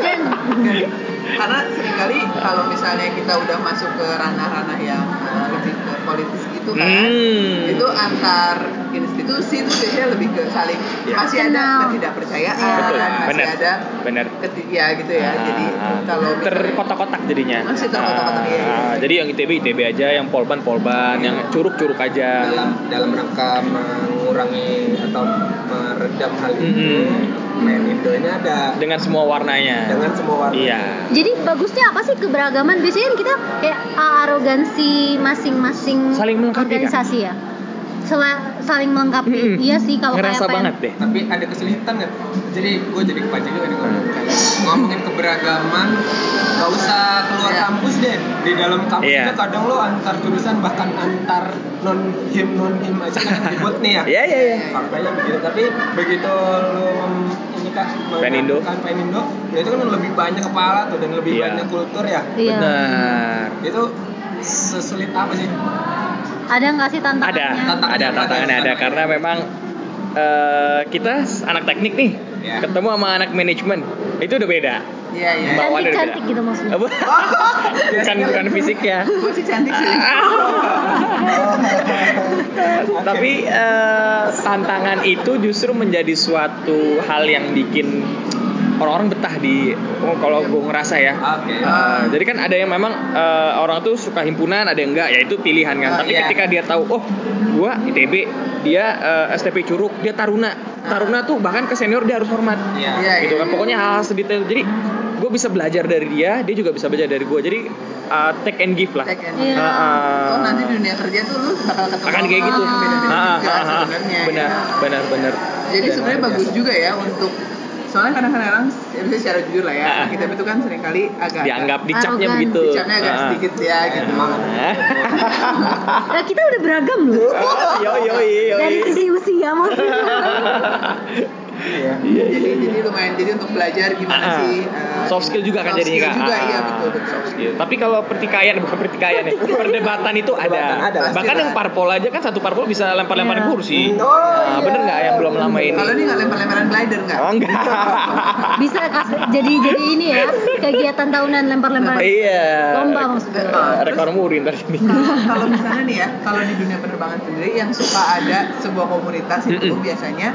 S2: karena seringkali kalau misalnya kita udah masuk ke ranah-ranah yang eh, lebih ke politis gitu kan.
S4: hmm
S2: itu antar institusi itu biasanya lebih ke saling
S4: Iya.
S2: masih ada
S1: Kenal.
S2: ketidakpercayaan
S4: betul
S2: kan masih
S4: benar
S2: ada
S4: benar
S2: ketiga gitu ya jadi
S4: Ah,
S2: kalau misalnya-
S4: terkotak-kotak jadinya
S2: Masih terkotak-kotak, iya, iya.
S4: Ah, jadi yang ITB ITB aja yang polban polban yang curug curug aja
S3: dalam dalam rangka mengurangi atau meredam hal itu
S4: Mm-mm.
S3: main Indonya ada
S4: Mm-hmm. dengan semua warnanya.
S3: dengan semua warna
S4: Iya.
S1: Jadi bagusnya apa sih keberagaman? Biasanya kan kita kayak uh, arogansi masing-masing
S4: Saling melengkapi, Kak.
S1: organisasi ya. Sela- saling melengkapi.
S4: Mm-mm.
S1: Iya sih kalau kayak
S4: Ngerasa
S1: pen-
S4: banget deh.
S3: tapi ada kesulitan nggak jadi gue jadi kepancing juga nih
S4: Hmm.
S3: ngomong ngomongin keberagaman gak usah keluar
S2: Iya.
S3: kampus deh di dalam kampus
S4: Iya.
S3: juga kadang lo antar jurusan bahkan antar non him non him aja kan ribut nih ya
S4: Iya, iya, iya.
S3: faktanya begitu tapi begitu lo mem- ini kak
S4: Penindo.
S3: melakukan Penindo ya itu kan lebih banyak kepala tuh dan lebih
S4: Iya.
S3: banyak kultur ya
S1: Iya.
S4: Benar.
S3: itu sesulit apa sih
S1: Ada nggak sih
S4: Ada,
S1: tantangannya?
S3: Tantangannya
S4: ada
S3: apa,
S4: tantangannya ada
S3: tantangannya?
S4: karena memang eh, kita anak teknik nih,
S3: Iya.
S4: ketemu sama anak manajemen itu udah beda.
S2: Iya iya.
S4: Mbak- Bawaannya
S1: Cantik cantik
S4: udah beda.
S1: gitu maksudnya.
S4: bukan
S3: <laughs>
S4: bukan fisiknya.
S2: Gue sih cantik sih.
S4: Ah. Tapi eh, tantangan itu justru menjadi suatu hal yang bikin orang-orang betah di oh, kalau gue ngerasa ya.
S3: oke
S4: Eh, jadi kan ada yang memang eh, orang tuh suka himpunan, ada yang enggak, ya itu pilihan kan.
S2: Oh,
S4: Tapi
S2: iya.
S4: ketika dia tahu, oh, gua ITB, dia eh, STP Curug, dia Taruna. Taruna tuh bahkan ke senior dia harus hormat.
S3: Iya.
S2: Ah. Iya
S4: Gitu kan. Pokoknya hal-hal sedetail. Jadi gue bisa belajar dari dia, dia juga bisa belajar dari gue. Jadi eh, take and give lah.
S2: Take and
S1: Iya.
S4: Ah,
S2: So
S4: ah.
S2: ya. Oh, nanti di dunia Oh, kerja tuh lu bakal ketemu
S4: akan kayak gitu.
S2: orang yang beda-beda
S4: Ah,
S2: juga
S4: ah, ah, ah.
S2: sebenarnya. iya.
S4: Benar, benar, benar.
S2: Jadi
S4: Dan
S2: sebenarnya
S4: luar
S2: bagus
S4: biasa.
S2: juga ya untuk soalnya kadang-kadang ya bisa secara jujur lah ya
S4: Ah, ah.
S2: kita itu kan seringkali agak
S4: Dianggap dicapnya
S1: Arogan.
S4: begitu.
S2: dicapnya agak
S4: Ah, ah. <laughs>
S2: sedikit ya gitu.
S1: Nah, kita udah beragam
S4: <laughs>
S1: loh.
S4: Yo yo yo.
S1: Dari sisi usia maksudnya.
S3: iya
S4: Iya,
S2: jadi
S4: iya, iya.
S2: jadi lumayan jadi untuk belajar gimana
S4: Ah, ah.
S2: sih eh,
S4: soft skill juga kan
S2: soft
S4: jadinya
S2: skill
S4: kan.
S2: juga
S4: Ah,
S2: iya betul betul
S4: soft skill. Tapi kalau pertikaian <laughs> bukan pertikaian
S2: <laughs>
S4: ya, perdebatan itu ada.
S3: Perdebatan ada.
S4: Bahkan
S2: Pasti
S4: yang
S2: ada. Hmm,
S4: parpol aja kan satu parpol bisa lempar-lempar
S1: Iya.
S4: kursi.
S3: Oh,
S4: Nah,
S3: iya.
S4: bener nggak yang belum lama ini?
S2: kalau ini nggak lempar-lemparan glider nggak
S4: Oh enggak.
S1: Bisa kas- jadi jadi ini ya kegiatan tahunan lempar-lempar
S4: iya.
S1: lomba maksudnya.
S2: Ah, terus-
S4: Rekor muri ntar ini.
S2: Kalau- <laughs> kalau misalnya nih ya, kalau di dunia penerbangan sendiri yang suka ada sebuah komunitas itu
S4: Mm-mm.
S2: biasanya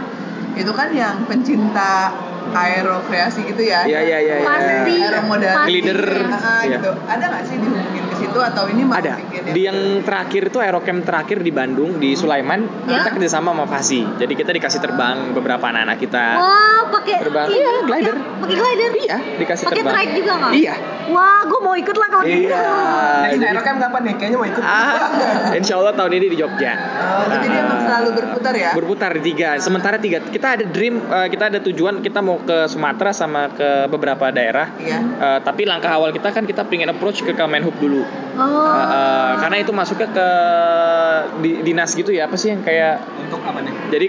S2: itu kan yang pencinta aerokreasi gitu ya.
S4: Iya, iya, iya, iya.
S1: Pasti.
S2: Aeromodal.
S1: Pasti.
S4: Glider.
S2: Ah,
S4: Iya.
S2: gitu. Ada nggak sih dihubungin ke situ atau ini mau
S4: ada
S2: bikin
S4: di yang terakhir itu aerocamp terakhir di Bandung
S2: Hmm.
S4: di Sulaiman
S1: Ya.
S4: kita kerjasama sama Fasi jadi kita dikasih terbang beberapa anak-anak kita
S1: Wah, pakai
S4: Terbang.
S1: Iya,
S4: Iya, glider.
S1: Pakai glider.
S4: iya dikasih
S1: Pakai
S4: terbang
S1: trike juga nggak?
S4: iya
S1: Wah, gue mau ikut lah kalau gitu.
S4: iya
S2: Nah,
S3: Next
S4: Jadi-
S3: Aerocam kapan nih? Kayaknya mau ikut.
S4: Ah, insya Allah tahun ini di Jogja.
S2: <laughs>
S4: Nah.
S2: Oh, jadi dia emang selalu berputar ya?
S4: Berputar tiga. Sementara tiga. Kita ada dream, eh, kita ada tujuan. Kita mau ke Sumatera sama ke beberapa daerah.
S2: Iya.
S4: Eh, tapi langkah awal kita kan kita pengen approach ke Kemenhub dulu. Eh,
S1: Oh.
S4: eh, karena itu masuknya ke di- dinas gitu ya. Apa sih yang kayak
S3: Untuk apa nih?
S4: jadi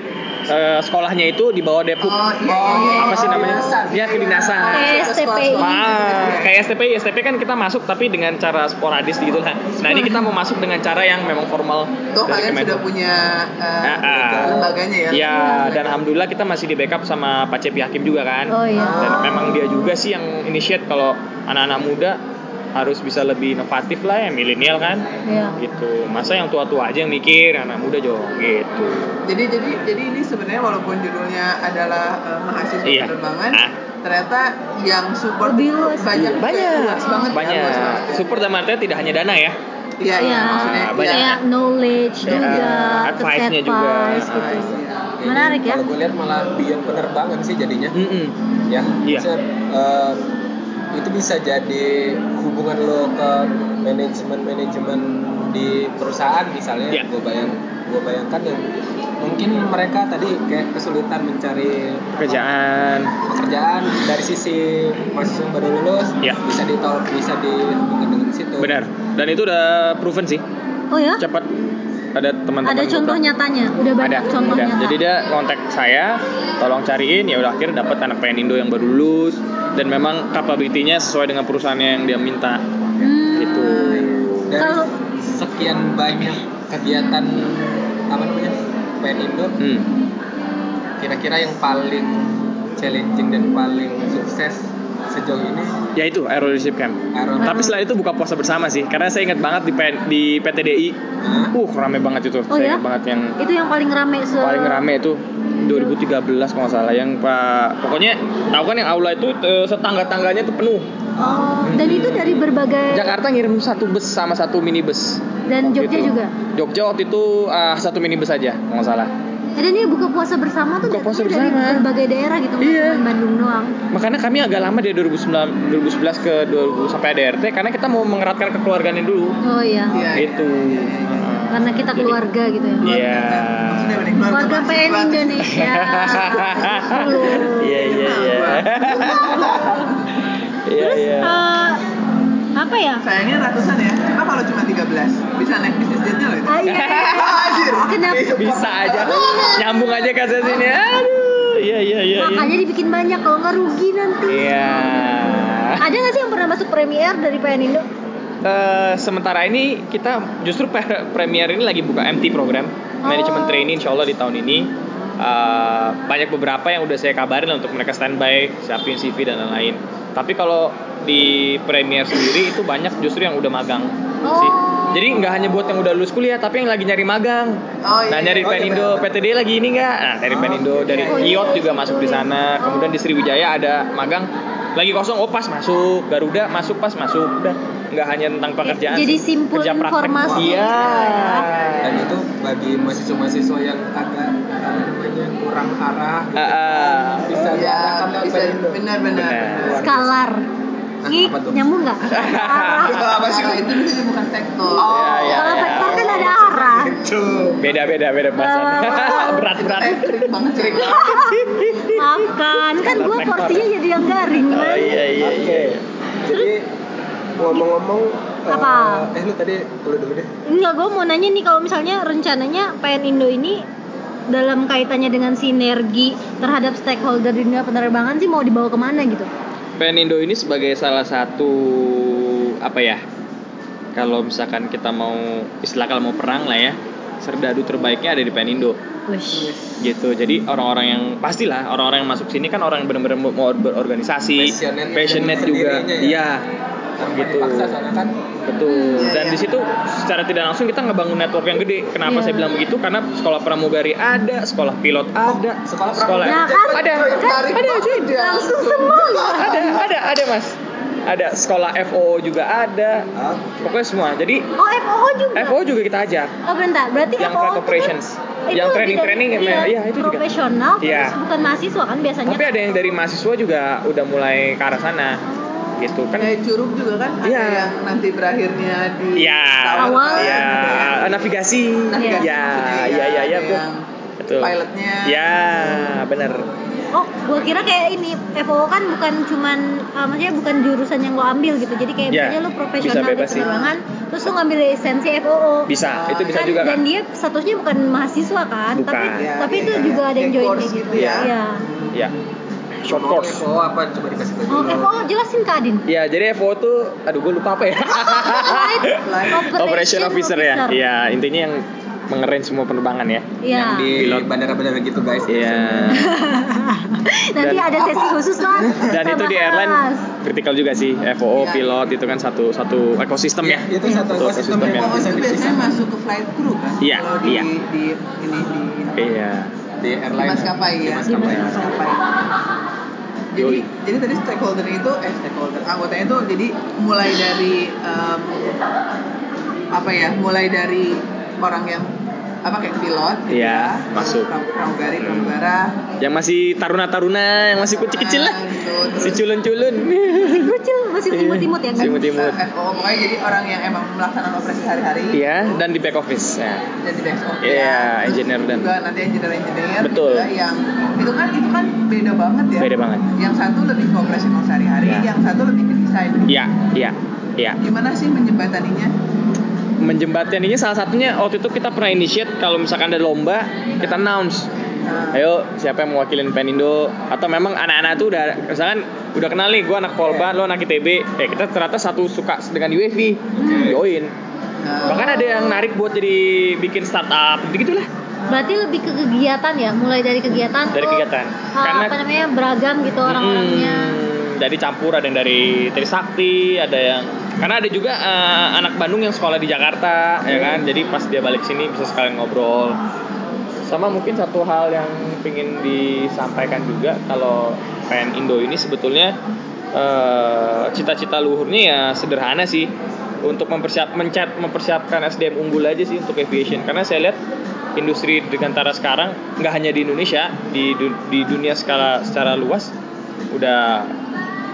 S4: eh, sekolahnya itu di bawah Depok.
S2: Oh iya. iya, iya.
S4: apa sih namanya?
S2: Kedinasan.
S4: Iya, kedinasan.
S2: Iya,
S1: STPI.
S4: Wah, kayak STP, STP kan kita masuk tapi dengan cara sporadis gitu lah. Nah ini kita mau masuk dengan cara yang memang formal.
S2: Tuh
S4: dari
S2: kalian
S4: Kemenhub.
S2: sudah punya eh,
S4: Ah, ah.
S2: lembaganya ya?
S4: Iya, dan alhamdulillah kita masih di backup sama Pak Cepi Hakim juga kan.
S1: Oh iya.
S4: Dan memang dia juga sih yang initiate kalau anak-anak muda harus bisa lebih inovatif lah ya milenial kan.
S1: Iya.
S4: Gitu. Masa yang tua-tua aja yang mikir, anak muda jong gitu.
S2: Jadi jadi jadi ini sebenarnya walaupun judulnya adalah eh, mahasiswa
S4: Iya.
S2: penerbangan,
S4: Ah.
S2: ternyata yang support
S1: Lebih
S2: itu
S1: luas.
S2: banyak
S4: Banyak.
S2: luas banget ya,
S4: Banyak.
S2: luas banget ya.
S4: Support dalam artinya tidak hanya dana ya.
S2: Iya iya
S1: Iya.
S2: maksudnya
S4: Ah, banyak.
S2: iya.
S1: Kayak knowledge
S4: Iya,
S1: juga,
S4: advice-nya juga.
S1: advice gitu.
S2: Iya.
S1: Menarik ya.
S3: Kalau gue lihat malah beyond penerbangan sih jadinya.
S4: Mm-mm.
S3: Ya.
S4: Iya.
S3: Bisa, eh, itu bisa jadi hubungan lo ke manajemen-manajemen di perusahaan misalnya.
S4: Iya.
S3: Gue bayang, gue bayangkan yang mungkin mereka tadi kayak kesulitan mencari
S4: Pekerjaan.
S3: pekerjaan dari sisi mahasiswa yang baru lulus
S4: Iya.
S3: bisa ditol bisa dihubungkan dengan situ.
S4: Benar. Dan itu udah proven sih.
S1: Oh ya?
S4: Cepat ada teman-teman
S1: Ada
S4: gua.
S1: contoh nyatanya. Udah banyak
S4: ada,
S1: contoh
S4: ada.
S1: nyata.
S4: Jadi dia kontak saya, tolong cariin. Ya udah akhirnya dapat anak Penindo yang baru lulus dan memang capability-nya sesuai dengan perusahaannya yang dia minta
S1: Hmm.
S4: gitu.
S3: dari
S1: Kalau-
S3: sekian banyak kegiatan apa namanya Penindo
S4: Hmm.
S3: kira-kira yang paling challenging dan paling sukses sejauh ini
S4: Ya itu Aero Leadership
S1: Hmm.
S4: Camp.
S3: Aaron
S4: Tapi setelah itu buka puasa bersama sih, karena saya ingat banget di, P- di PTDI,
S3: Hah?
S4: uh rame banget itu.
S1: Hmm. Oh
S4: saya
S1: ya?
S4: ingat banget yang
S1: Itu yang paling rame se
S4: paling rame itu 2013 kalau nggak salah yang pak pokoknya tahu kan yang aula itu setangga tangganya itu penuh
S1: Oh, dan itu dari berbagai
S4: Jakarta ngirim satu bus sama satu minibus
S1: dan Jogja
S4: Gitu.
S1: juga.
S4: Jogja waktu itu ah, satu minibus aja kalau nggak salah
S1: Ya, dan ini buka puasa bersama tuh
S4: Buka puasa
S1: datangnya
S4: bersama.
S1: dari berbagai daerah gitu, nggak
S4: Iya.
S1: cuma Bandung doang.
S4: Makanya kami agak lama dari 2009, 2011 ke 2000 sampai ADRT karena kita mau mengeratkan kekeluargaannya dulu.
S1: Oh iya,
S2: Iya,
S4: Gitu.
S2: iya, iya, iya.
S4: Heeh.
S1: karena kita
S4: Jadi-
S1: keluarga gitu ya.
S4: Iya.
S2: Maksudnya bener,
S1: Keluarga PN
S2: mahasiswa.
S4: <laughs>
S1: Indonesia. Dulu.
S4: Iya iya iya. <laughs> Iya
S1: Terus
S4: iya.
S1: eh, apa ya?
S2: Sayangnya ratusan ya. Coba kalau cuma 13 bisa naik bisnis jetnya loh itu.
S1: Ah, iya.
S2: <laughs> Anjir. Iya,
S1: Kenapa?
S4: Bisa aja. Nyambung aja ke sini. Aduh. Iya iya iya. iya.
S1: Makanya dibikin banyak kalau nggak rugi nanti.
S4: Iya.
S1: Ada nggak sih yang pernah masuk Premier dari PN Indo?
S4: Eh, sementara ini kita justru <laughs> pre- premier ini lagi buka MT program
S1: Oh.
S4: manajemen training insya Allah di tahun ini Eh, banyak beberapa yang udah saya kabarin lah untuk mereka standby siapin CV dan lain-lain tapi kalau di premier sendiri itu banyak justru yang udah magang sih
S1: Oh.
S4: jadi nggak hanya buat yang udah lulus kuliah tapi yang lagi nyari magang
S2: Oh iya.
S4: Nah nyari
S2: iya, iya,
S4: Penindo,
S2: bener.
S4: PTD lagi ini nggak? Nah dari
S2: Oh,
S4: Penindo,
S2: oke,
S4: dari
S1: oke.
S4: IOT juga masuk di sana. Kemudian di Sriwijaya ada magang lagi kosong, oh pas masuk. Garuda masuk pas masuk. Udah nggak hanya tentang pekerjaan.
S1: Jadi
S4: sih.
S1: simpul
S4: Kerja praktek.
S1: informasi
S2: gitu ya?
S4: Iya.
S3: dan itu bagi mahasiswa-mahasiswa yang agak apa namanya kurang arah
S4: Ah, ah.
S3: bisa
S2: Iya,
S3: diarahkan ke
S2: bisa
S3: Pelindo.
S2: benar-benar.
S4: Benar.
S1: Skalar.
S4: Ah,
S3: Hah,
S1: Ih,
S3: apa tuh?
S1: nyambung
S4: <laughs>
S1: nggak? Arah.
S2: Apa sih itu biasanya bukan sektor.
S4: Iya, iya,
S1: Kalau
S4: iya.
S1: vektor kan ada
S4: <laughs>
S1: arah.
S4: Beda beda beda
S2: Ah,
S4: bahasan.
S1: Eh,
S4: <laughs> berat berat.
S2: Kayak kering banget sih.
S1: Makan kan gua
S4: Vektor.
S1: porsinya jadi yang garing. kan?
S4: Oh iya iya iya.
S3: Oke. Jadi ngomong-ngomong eh,
S1: Apa?
S3: eh lu tadi lu dulu deh.
S1: Enggak, gue mau nanya nih kalau misalnya rencananya PN Indo ini dalam kaitannya dengan sinergi terhadap stakeholder di dunia penerbangan sih mau dibawa kemana gitu?
S4: Penindo ini sebagai salah satu apa ya? Kalau misalkan kita mau istilah kalau mau perang lah ya, serdadu terbaiknya ada di Penindo.
S1: Wish.
S4: gitu jadi orang-orang yang pastilah orang-orang yang masuk sini kan orang yang benar-benar mau berorganisasi
S3: Passionate. gitu,
S4: passionate juga
S3: Sendirinya ya.
S4: iya Gitu.
S3: Paksa soalnya kan
S4: betul
S2: Iya,
S4: dan
S2: iya.
S4: di situ secara tidak langsung kita ngebangun network yang gede kenapa
S1: Iya.
S4: saya bilang begitu karena sekolah pramugari ada sekolah pilot ada
S3: Oh, sekolah
S4: sekolah
S1: Ya kan?
S4: ada
S1: Kan?
S4: ada cuy.
S1: Langsung semua.
S4: ada ada ada mas ada sekolah FO juga ada
S3: Ah,
S4: pokoknya semua jadi
S1: Oh FOO juga.
S4: FO juga kita ajak
S1: Oh bentar, berarti
S4: Yang
S1: FOO
S4: flight
S1: itu kan-
S4: operations. Yang
S1: lebih
S4: training-training
S1: dari-
S4: ya,
S1: iya,
S4: iya, itu juga.
S1: Profesional,
S4: Iya.
S1: terus bukan mahasiswa kan biasanya.
S4: tapi ada yang dari mahasiswa juga udah mulai ke arah sana gitu kan
S2: Kayak curug juga kan ada
S4: Iya.
S2: yang nanti berakhirnya di
S4: Iya.
S1: Awal.
S2: kan,
S4: Iya,
S2: ada yang-
S4: navigasi.
S2: Navigasi
S4: Iya,
S2: maksudnya,
S4: iya, iya,
S2: ada
S4: iya, betul.
S2: yang
S4: Betul.
S2: Pilotnya.
S4: Ya, benar.
S1: Oh, gua kira kayak ini FOO kan bukan cuman eh, maksudnya bukan jurusan yang lo ambil gitu. Jadi kayak
S4: Iya,
S1: misalnya lo
S4: bisa
S1: profesional di
S4: bebas sih.
S1: penerbangan, terus lo ngambil esensi FOO.
S4: Bisa,
S2: Ah,
S4: itu bisa
S1: kan,
S4: juga
S1: dan
S4: kan.
S1: dia statusnya bukan mahasiswa kan
S4: Bukan.
S1: tapi
S2: Iya,
S1: tapi
S2: iya,
S1: itu
S2: iya.
S1: juga ada yang
S2: Kayak
S1: join
S2: course
S1: gitu
S2: gitu ya.
S1: Iya.
S4: Ya. Short
S3: ngomong
S4: course.
S3: FO apa coba dikasih tahu
S1: oh
S3: dulu.
S1: FO jelasin ke Adin
S4: Ya, jadi FO tuh aduh gue lupa apa ya.
S1: Flight
S2: Flight
S4: Operation officer ya.
S1: Officer.
S4: Iya, intinya yang mengerange semua penerbangan ya.
S1: Iya.
S3: yang di
S4: Pilot.
S3: bandara-bandara gitu guys.
S4: Iya.
S3: <laughs>
S1: nanti
S4: Dan-
S1: ada sesi khusus lah
S4: Dan itu di airline vertikal juga sih. FOO,
S2: Iya.
S4: pilot itu kan satu satu ekosistem ya.
S3: Iya, Itu satu
S4: Satu ekosistem
S3: ekosistem yang
S4: ya.
S3: bisa
S2: Itu biasanya
S3: dipisah
S2: masuk ke flight crew kan?
S4: Iya,
S2: Kalau di,
S4: iya.
S2: di ini di
S4: Iya.
S3: di
S2: di
S3: airline.
S2: maskapai ya.
S1: Di maskapai.
S2: Di maskapai. Jadi,
S4: Yoi.
S2: jadi tadi stakeholder itu eh stakeholder anggotanya itu jadi mulai dari em, apa ya? Mulai dari orang yang apa kayak pilot gitu
S4: Iya,
S2: ya.
S4: masuk.
S2: Pram- Pramugari, pramugara,
S4: Yang masih taruna-taruna, yang masih kecil-kecil lah.
S2: Ah, gitu.
S4: Si
S2: Terus-
S4: culun-culun.
S1: kecil masih timut-timut ya kan
S4: Iya. Timut. Timur.
S2: Eh, FO pokoknya jadi orang yang emang melaksanakan operasi sehari-hari
S4: Iya, dan di back office. Ya.
S2: dan di desk office.
S4: Iya,
S2: Terus
S4: engineer dan-
S2: juga nanti engineer engineer
S4: Betul.
S2: juga yang itu kan itu kan beda banget ya.
S4: Beda banget.
S2: Yang satu lebih ke operasional sehari-hari,
S4: Iya.
S2: yang satu lebih ke desain.
S4: Iya, iya, iya.
S2: Gimana sih menjembataninya?
S4: Menjembataninya salah satunya waktu itu kita pernah initiate kalau misalkan ada lomba, kita announce.
S2: Nah,
S4: Ayo, siapa yang mewakilin Penindo? Atau memang anak-anak tuh udah misalkan udah kenal nih, gua anak Polban, lo anak ITB. Eh, kita ternyata satu suka dengan UAV. Join.
S2: nah,
S4: Bahkan ada yang narik buat jadi bikin startup, begitulah.
S1: berarti lebih ke kegiatan ya mulai dari kegiatan
S4: Dari
S1: lo,
S4: kegiatan.
S1: ah,
S4: Karena-
S1: apa namanya beragam gitu orang-orangnya
S4: Hmm, jadi campur ada yang dari Trisakti, ada yang karena ada juga eh, anak Bandung yang sekolah di Jakarta, ya kan. Jadi pas dia balik sini bisa sekalian ngobrol. Sama mungkin satu hal yang ingin disampaikan juga kalau PN Indo ini sebetulnya eh, cita-cita luhurnya ya sederhana sih untuk mempersiap mencet mempersiapkan SDM unggul aja sih untuk aviation karena saya lihat industri dirgantara sekarang nggak hanya di Indonesia di du- di dunia skala secara luas udah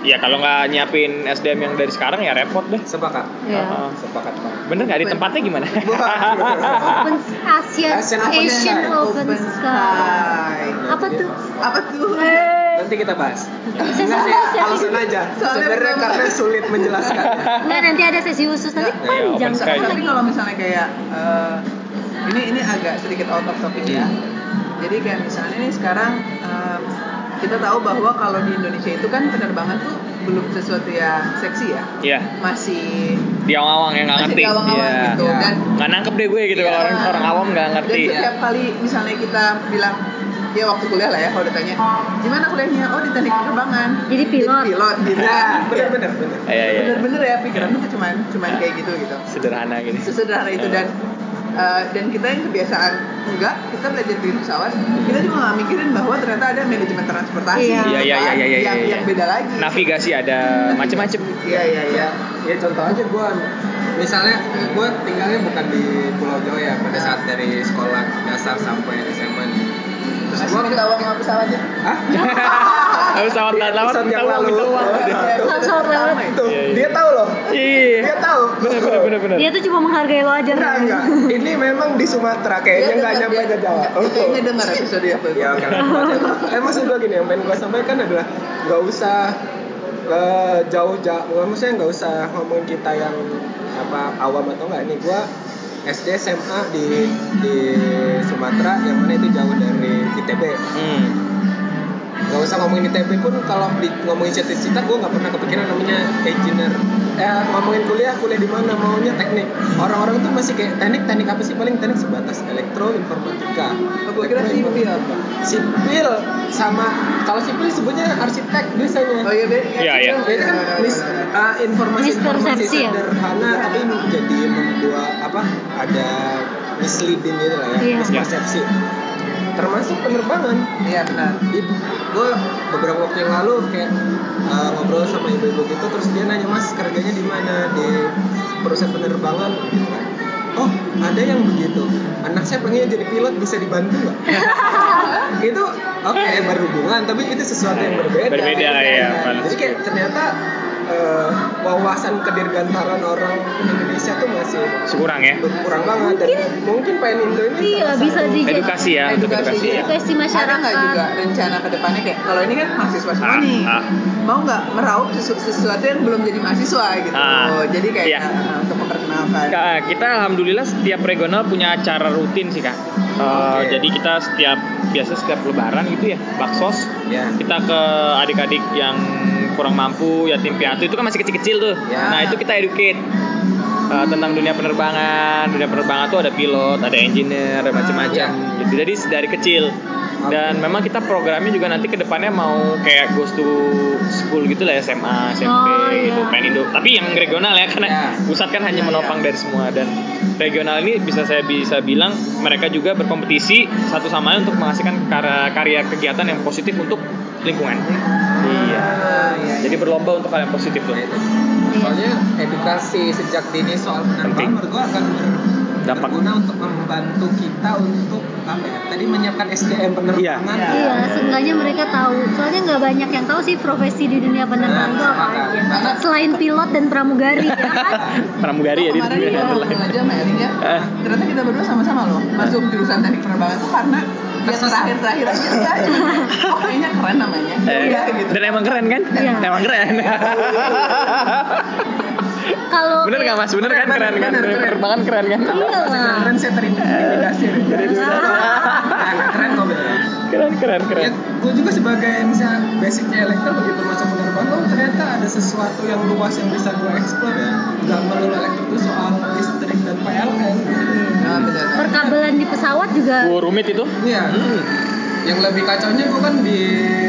S4: ya kalau nggak nyiapin SDM yang dari sekarang ya repot deh
S3: Sepakat.
S2: Iya.
S1: Ya.
S4: Heeh.
S3: Sepakat Pak.
S4: bener nggak di tempatnya gimana <laughs>
S1: Open Asia
S3: Asian Open
S1: Asian
S3: Sky.
S1: Open Sky. Eh, Apa tuh?
S2: Apa tuh?
S3: Nanti kita bahas.
S1: Sesi
S3: Enggak sih,
S1: khusus ya?
S3: alasan aja.
S2: Iya. Soalnya
S3: Sebenarnya
S2: belum-
S3: karena sulit
S2: <laughs>
S3: menjelaskannya.
S1: Nggak, Nah, nanti ada sesi khusus nanti
S3: Iya,
S1: panjang
S4: Open Sky.
S1: sekali
S2: Tapi
S1: lagi.
S2: kalau misalnya kayak eh, ini ini agak sedikit out of topic ya. Jadi kayak misalnya nih sekarang em, kita tahu bahwa kalau di Indonesia itu kan penerbangan tuh belum sesuatu yang seksi ya.
S4: ya
S2: Masih
S4: di awang-awang yang nggak
S2: masih
S4: ngerti
S2: di awang-awang
S4: Iya.
S2: gitu
S3: Iya.
S2: dan
S4: nggak nangkep deh gue gitu kalau orang
S2: Iya.
S4: orang awam nggak ngerti ya.
S2: Dan setiap kali misalnya kita bilang ya waktu kuliah lah ya kalau ditanya gimana kuliahnya oh di teknik penerbangan
S1: Jadi pilot.
S2: jadi
S4: <laughs>
S2: pilot gitu
S3: Bener bener bener.
S4: Iya, iya, iya.
S2: bener-bener ya pikiran tuh cuman cuman kayak gitu gitu
S4: sederhana gitu
S2: sesederhana itu dan eh, dan kita yang kebiasaan enggak kita belajar bikin pesawat kita juga nggak mikirin bahwa ternyata ada manajemen transportasi
S1: Iya.
S4: Iya, iya, iya, iya, iya,
S2: yang
S4: iya.
S2: yang beda lagi
S4: navigasi ada macem-macem
S2: iya iya iya
S3: ya ya contoh aja gue misalnya gue tinggalnya bukan di Pulau Jawa ya pada saat dari sekolah dasar sampai SMA nih
S2: masih
S3: terus gue
S2: minta uang sama pesawatnya
S3: ah
S4: Lalu pesawat
S3: Di
S4: lawan
S3: episode
S4: minta
S3: yang
S4: uang,
S3: lalu.
S4: minta uang.
S1: Sama-sama lewat.
S3: tuh
S4: Iya, iya.
S3: dia tahu loh
S4: Iya.
S3: dia tahu
S4: Bener bener bener bener.
S1: Dia tuh cuma menghargai lo aja.
S3: enggak Iya, enggak ini memang di Sumatera
S2: Dia
S3: kayaknya nggak
S2: dengar,
S3: nyampe
S2: Iya, dia-
S3: ke Jawa
S2: dia kayaknya dengar
S4: Iya,
S2: episode itu
S3: ya oke lah. eh maksud gue gini yang pengen gue sampaikan adalah nggak usah eh, jauh-jauh maksudnya nggak usah ngomongin kita yang apa awam atau enggak nih gue SD SMA di di Sumatera yang mana itu jauh dari ITB
S4: Hmm.
S3: nggak usah ngomongin ITB pun kalau di, ngomongin cita-cita gue nggak pernah kepikiran namanya engineer eh, ngomongin kuliah kuliah di mana maunya teknik orang-orang tuh masih kayak teknik teknik apa sih paling teknik sebatas elektro informatika
S2: Gua kira ya, sipil.
S3: sipil sama kalau sipil sebutnya arsitek biasanya
S2: oh iya deh
S4: Iya, iya.
S3: Ya, itu kan mis, uh, informasi informasi
S1: Mispersepsi ya?
S3: sederhana tapi menjadi membuat apa ada misleading gitu lah ya
S1: Iya.
S3: mispersepsi termasuk penerbangan
S2: iya benar
S4: <laughs>
S3: gue beberapa waktu yang lalu kayak uh, ngobrol sama ibu-ibu gitu terus dia nanya mas kerjanya di mana di perusahaan penerbangan gitu kan oh ada yang begitu anak saya pengen jadi pilot bisa dibantu nggak itu oke berhubungan tapi itu sesuatu yang berbeda Gitu kan.
S4: Berbeda, ya, paling
S3: jadi kayak ternyata uh, wawasan kedirgantaran orang Indonesia tuh masih
S4: Sekurang ya.
S3: kurang banget dan mungkin pengen Indo ini
S1: Iya,
S3: salah
S1: bisa
S3: satu-
S1: di-
S4: Edukasi ya untuk edukasi.
S2: Edukasi.
S1: Edukasi
S2: ada nggak juga
S1: masyarakat.
S2: rencana ke depannya kayak kalau ini kan mahasiswa semua
S4: Ah,
S2: nih
S4: ah.
S2: mau nggak meraup sesu- sesuatu yang belum jadi mahasiswa gitu
S4: Ah,
S2: jadi kayak
S4: iya.
S2: ah, untuk memperkenalkan
S4: Kak, kita alhamdulillah setiap regional punya acara rutin sih kak. Eh,
S3: Oke.
S4: Jadi kita setiap biasa setiap lebaran gitu ya, baksos
S3: ya
S4: kita ke adik-adik yang kurang mampu, yatim piatu itu kan masih kecil-kecil tuh.
S3: Ya.
S4: Nah itu kita educate eh, tentang dunia penerbangan. Dunia penerbangan tuh ada pilot, ada engineer, ada macam-macam.
S3: Ah, iya.
S4: Gitu. Jadi dari kecil. Dan memang kita programnya juga nanti kedepannya mau kayak goes to school gitu lah SMA, SMP
S1: Oh,
S4: gitu,
S1: iya.
S4: pengen Indo. Tapi yang regional ya karena
S3: Ya.
S4: pusat kan hanya menopang dari semua dan regional ini bisa saya bisa bilang mereka juga berkompetisi satu sama lain untuk menghasilkan kar- karya kegiatan yang positif untuk lingkungan. Iya.
S2: iya.
S4: Jadi berlomba untuk hal yang positif tuh.
S3: Nah, itu. Ah,
S1: Iya.
S3: Soalnya edukasi sejak dini soal
S4: Penting.
S3: penerbangan menurut gua akan ber-
S4: Dampak.
S3: berguna untuk membantu kita untuk apa ya? Tadi menyiapkan
S4: Iya.
S3: SDM penerbangan.
S1: Iya, seenggaknya mereka tahu. Soalnya nggak banyak yang tahu sih profesi di dunia penerbangan itu apa aja. Selain pilot dan pramugari, ya
S4: <laughs>
S1: kan?
S4: Pramugari ya di
S2: kemarin kita ngobrol aja sama Erin ya
S4: Ah.
S2: ternyata kita berdua sama-sama loh masuk jurusan teknik penerbangan tuh karena yang terakhir-terakhir
S4: <laughs>
S2: aja enggak cuma oh kayaknya keren namanya ya
S4: Eh,
S2: udah gitu
S4: dan emang keren kan?
S1: Iya.
S4: Emang keren.
S1: Kalau
S4: <laughs> bener nggak mas? Bener kan
S2: Bener,
S4: keren kan?
S2: bener, keren.
S4: Penerbangan keren kan?
S1: Iya lah.
S2: keren saya terintimidasi
S4: Jadi
S2: Erin.
S1: Iya. Ah,
S3: Nah, keren kok Bel.
S4: keren keren keren.
S3: Ya, gue juga sebagai misalnya basicnya elektro begitu masuk penerbangan, oh ternyata ada sesuatu yang luas yang bisa gue explore ya. Gak melulu elektro itu soal listrik dan PLN.
S4: Hmm.
S2: Nah, benar.
S1: perkabelan di pesawat juga
S4: Wow, rumit itu.
S3: Iya. yang lebih kacaunya gue kan di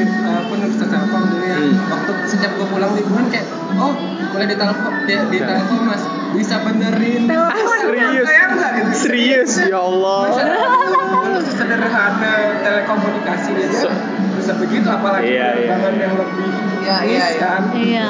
S3: uh, penulisan telkom dulu ya
S4: Hmm.
S3: waktu sejak gue pulang liburan kayak oh kuliah di telkom di, di
S4: Nah.
S3: telkom mas bisa benerin
S1: Telkom.
S3: Ah,
S4: Serius.
S3: kayak enggak gitu
S4: Serius ya Allah.
S3: Masyarakat itu sederhana telekomunikasi aja
S4: So-
S3: bisa begitu
S4: Iya,
S3: apalagi
S4: iya.
S3: penerbangan yang lebih
S2: Iya, iya,
S3: niche,
S2: iya.
S3: kan.
S1: iya.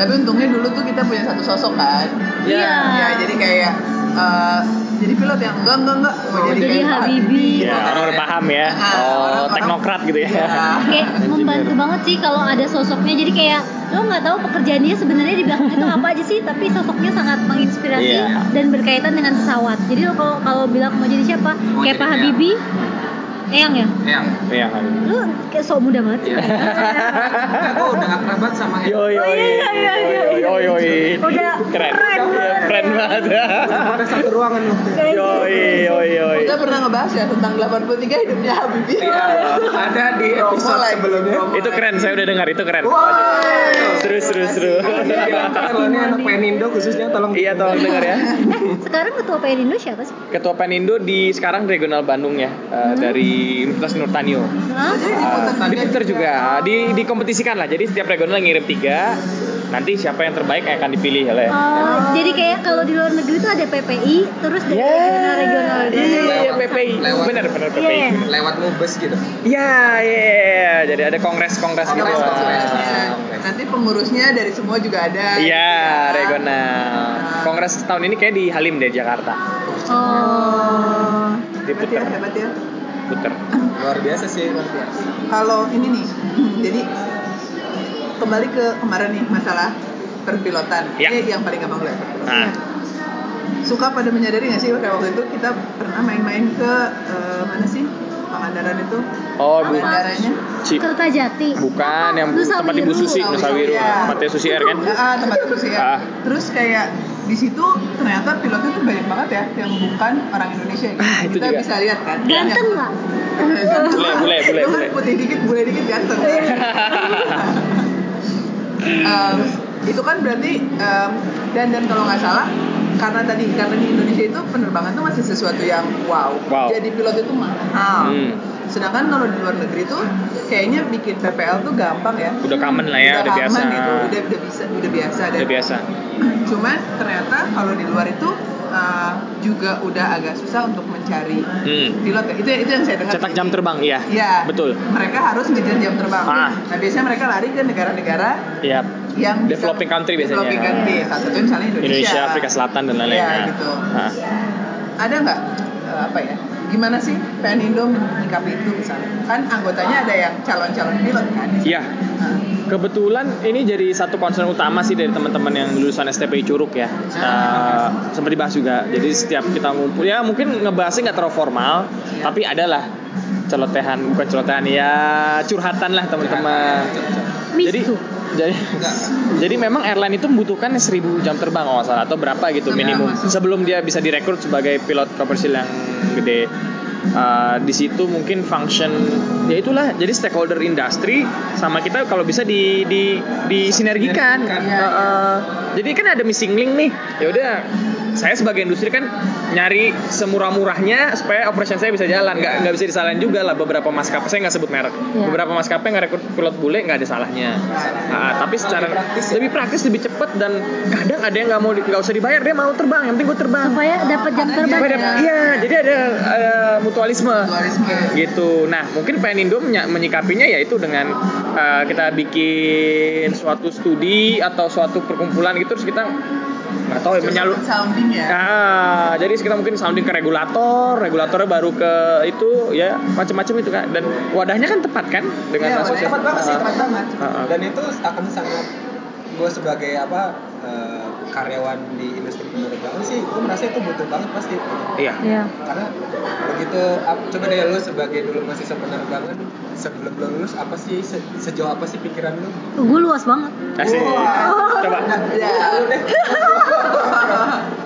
S2: tapi untungnya dulu tuh kita punya satu sosok kan
S1: Iya.
S2: Ya, jadi kayak eh, jadi pilot yang enggak enggak enggak mau
S3: Oh,
S2: jadi,
S1: jadi
S2: kayak Pak
S1: Habibie.
S2: Habibie.
S4: Ya, orang berpaham ya.
S2: Ah,
S4: Oh,
S2: orang-orang-
S4: teknokrat gitu
S1: <laughs>
S4: ya.
S2: Iya.
S1: kayak membantu banget sih kalau ada sosoknya jadi kayak lo nggak tahu pekerjaan dia sebenarnya di belakang itu apa aja sih tapi sosoknya sangat menginspirasi
S4: Iya.
S1: dan berkaitan dengan pesawat jadi lo kalau kalau bilang mau jadi siapa
S3: Mau
S1: kayak
S3: jadi
S1: Pak
S3: Eyang.
S1: Habibie Eyang ya
S3: Eyang.
S4: Iya kan.
S1: lu kayak sok muda banget sih
S3: Iya. Aku udah akrab banget sama Eyang.
S4: Yo yo
S1: Oh, iya, iya, iya, iya, iya.
S4: yo yo.
S1: Udah
S4: keren.
S1: keren
S4: Iya,
S1: banget.
S4: Keren banget.
S3: Pada satu ruangan waktu itu.
S1: Kayak-
S4: Yo yo yo.
S2: Kita pernah ngebahas ya tentang 83 hidupnya Habibie.
S3: Iya. Ada di
S2: Promo
S3: episode
S2: lagi.
S3: sebelumnya.
S2: Promo.
S4: Itu keren, saya udah dengar itu keren.
S3: Wah.
S4: Seru seru seru.
S3: Kalau iya. ini anak Penindo khususnya tolong
S4: Iya tolong dengar ya.
S1: eh sekarang ketua PNI siapa sih
S4: Ketua Penindo di sekarang regional Bandung ya
S1: Hmm.
S4: eh, dari Universitas Nurtanio.
S1: Hah?
S2: Jadi di
S4: Eh,
S2: Puter
S4: di
S2: tadi
S4: Twitter juga di dikompetisikan lah. Jadi setiap regional ngirim tiga. Nanti siapa yang terbaik akan dipilih oleh.
S1: Oh, jadi kayak kalau di luar negeri itu ada PPI terus gitu. dari
S4: Ya.
S1: regional regional
S4: Iya, iya, iya,
S3: Lewat.
S4: PPI.
S3: Lewat.
S4: Benar, benar
S1: Iya,
S4: PPI.
S1: iya.
S3: lewat mubes gitu.
S4: Iya, iya, iya. Jadi ada kongres-kongres
S2: Ada
S4: gitu.
S3: Kongres,
S4: lah.
S2: kongresnya. Nanti pengurusnya dari semua juga ada.
S4: Iya,
S2: Gitu kan.
S4: regional. Kongres tahun ini kayak di Halim deh Jakarta.
S1: oh
S2: Hebat ya,
S4: Diputer.
S2: hebat ya.
S4: Puter.
S3: Luar biasa sih.
S2: Kalau ini nih, jadi kembali ke kemarin nih masalah perpilotan.
S4: Ya.
S2: Ini yang paling gampang dulu ya.
S4: Nah,
S2: Suka pada menyadari nggak sih pada waktu itu kita pernah main-main ke eh, mana sih Pangandaran itu?
S4: oh Bu
S2: Bandaranya.
S4: Ci.
S1: Kertajati
S4: Bukan yang
S1: Nusa
S4: tempat Ibu
S1: Wiru.
S4: Susi,
S2: Nusa
S4: Nusa
S2: Wiru.
S4: Wiru.
S2: Iya.
S4: Tempatnya Susi Air kan?
S2: Ah, ah, tempat kursi
S4: Ah.
S2: ya. Terus kayak di situ ternyata pilotnya tuh banyak banget ya yang bukan orang Indonesia. Gitu.
S4: Ah, itu
S2: kita
S4: juga.
S2: bisa lihat kan.
S1: ganteng
S2: Yang-
S1: nggak
S4: Bule, bule,
S2: Lu
S4: bule,
S2: kan
S4: bule.
S2: putih dikit, bule dikit ganteng. Em, itu kan berarti em, dan dan kalau nggak salah karena tadi karena di Indonesia itu penerbangan tuh masih sesuatu yang wow.
S4: Wow.
S2: Jadi pilot itu mahal.
S4: Hmm.
S2: Sedangkan kalau di luar negeri tuh kayaknya bikin PPL tuh gampang ya.
S4: Udah common lah ya, udah biasa.
S2: aman gitu, udah, udah bisa, udah biasa. Dan
S4: Udah biasa.
S2: Cuman ternyata kalau di luar itu eh, juga udah agak susah untuk mencari
S4: Hmm.
S2: pilot ya. Itu itu yang saya dengar.
S4: Cetak jam terbang, iya.
S2: Iya.
S4: Betul.
S2: Mereka harus ngejar jam terbang.
S4: Ah.
S2: Nah, biasanya mereka lari ke negara-negara
S4: Iya.
S2: yang bisa-
S4: Developing country biasanya.
S2: Developing country. Salah satunya misalnya Indonesia.
S4: Indonesia, Afrika Selatan dan lain-lain.
S2: Iya,
S4: Nah.
S2: gitu.
S4: Nah.
S2: Ada nggak eh, apa ya? Gimana sih PNIndo menyikapi itu misalnya? Kan anggotanya ada yang calon-calon pilot kan.
S4: Iya,
S2: Nah,
S4: Kebetulan ini jadi satu concern utama sih dari teman-teman yang lulusan STPI Curug ya. Eh, sempat dibahas juga. Jadi setiap kita ngumpul ya mungkin ngebahasnya nggak terlalu formal,
S2: Iya.
S4: tapi adalah celotehan bukan celotehan ya curhatan lah teman-teman. Jadi
S1: Misu.
S4: <laughs> jadi jadi memang airline itu membutuhkan 1000 jam terbang kalau nggak salah atau berapa gitu
S2: Sebelum
S4: minimum
S2: masuk.
S4: sebelum dia bisa direkrut sebagai pilot komersil yang gede. Eh, di situ mungkin function ya itulah jadi stakeholder industri sama kita kalau bisa di di disinergikan.
S3: Sinergikan,
S2: iya,
S4: Eh, eh, jadi kan ada missing link nih. Ya udah saya sebagai industri kan nyari semurah-murahnya supaya operation saya bisa jalan nggak nggak bisa disalahin juga lah beberapa maskapai saya nggak sebut merek
S1: Iya.
S4: beberapa maskapai ngerekrut pilot bule nggak ada salahnya Ah, tapi secara
S3: Lebih praktis ya.
S4: lebih praktis lebih cepet dan kadang ada yang nggak mau di- nggak usah dibayar dia mau terbang yang penting gue terbang
S1: supaya dapat jam terbang
S4: Supaya
S1: ya.
S4: dapat- iya jadi ada eh, mutualisme
S2: dualisme.
S4: gitu nah mungkin Penindo menya- menyikapinya yaitu dengan eh, kita bikin suatu studi atau suatu perkumpulan gitu terus kita nggak tahu ya, menyalur
S2: sounding ya.
S4: Ah, jadi kita mungkin sounding ke regulator, regulatornya baru ke itu ya macam-macam itu kan dan wadahnya kan tepat kan
S2: Iya,
S4: dengan masuk
S2: wadahnya
S3: Tepat banget sih, tepat banget.
S4: Ah, ah.
S3: Dan itu akan sangat gue sebagai apa eh, karyawan di industri penerbangan sih, gue merasa itu butuh banget pasti.
S4: Iya.
S1: Iya.
S3: Karena begitu ap- coba deh lu sebagai dulu mahasiswa penerbangan sebelum lu lulus apa sih se- sejauh apa sih pikiran lu?
S1: Gue luas banget.
S4: Asik.
S3: Wah.
S4: Coba.
S2: Ya.
S4: iya.
S3: Lu deh.
S4: <laughs>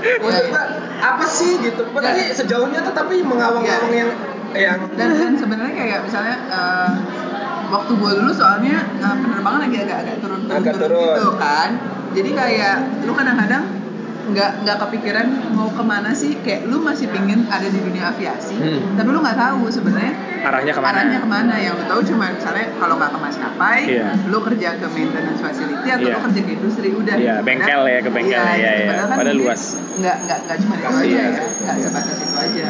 S3: Maksudnya apa sih gitu? Tapi
S4: Iya.
S3: sejauhnya tetapi mengawang-awang yang yang
S2: dan dan sebenarnya kayak misalnya eh, waktu gue dulu soalnya eh, penerbangan lagi agak-agak turun turun,
S3: Agak
S2: turun
S3: turun.
S2: gitu kan jadi kayak lu kadang-kadang nggak nggak kepikiran mau kemana sih kayak lu masih pingin ada di dunia aviasi
S4: Hmm.
S2: tapi lu nggak tahu sebenarnya
S4: Arahnya kemana?
S2: arahnya kemana yang lu tahu cuma misalnya kalau nggak ke maskapai
S4: Iya.
S2: lu kerja ke maintenance facility atau
S4: Iya.
S2: lu kerja ke industri udah
S4: Iya, bengkel ya, ke bengkel ya, iya, iya.
S2: padahal kan
S4: Padahal
S2: mungkin
S4: luas.
S2: nggak nggak nggak cuma itu aja
S4: Iya.
S2: ya nggak sebatas itu aja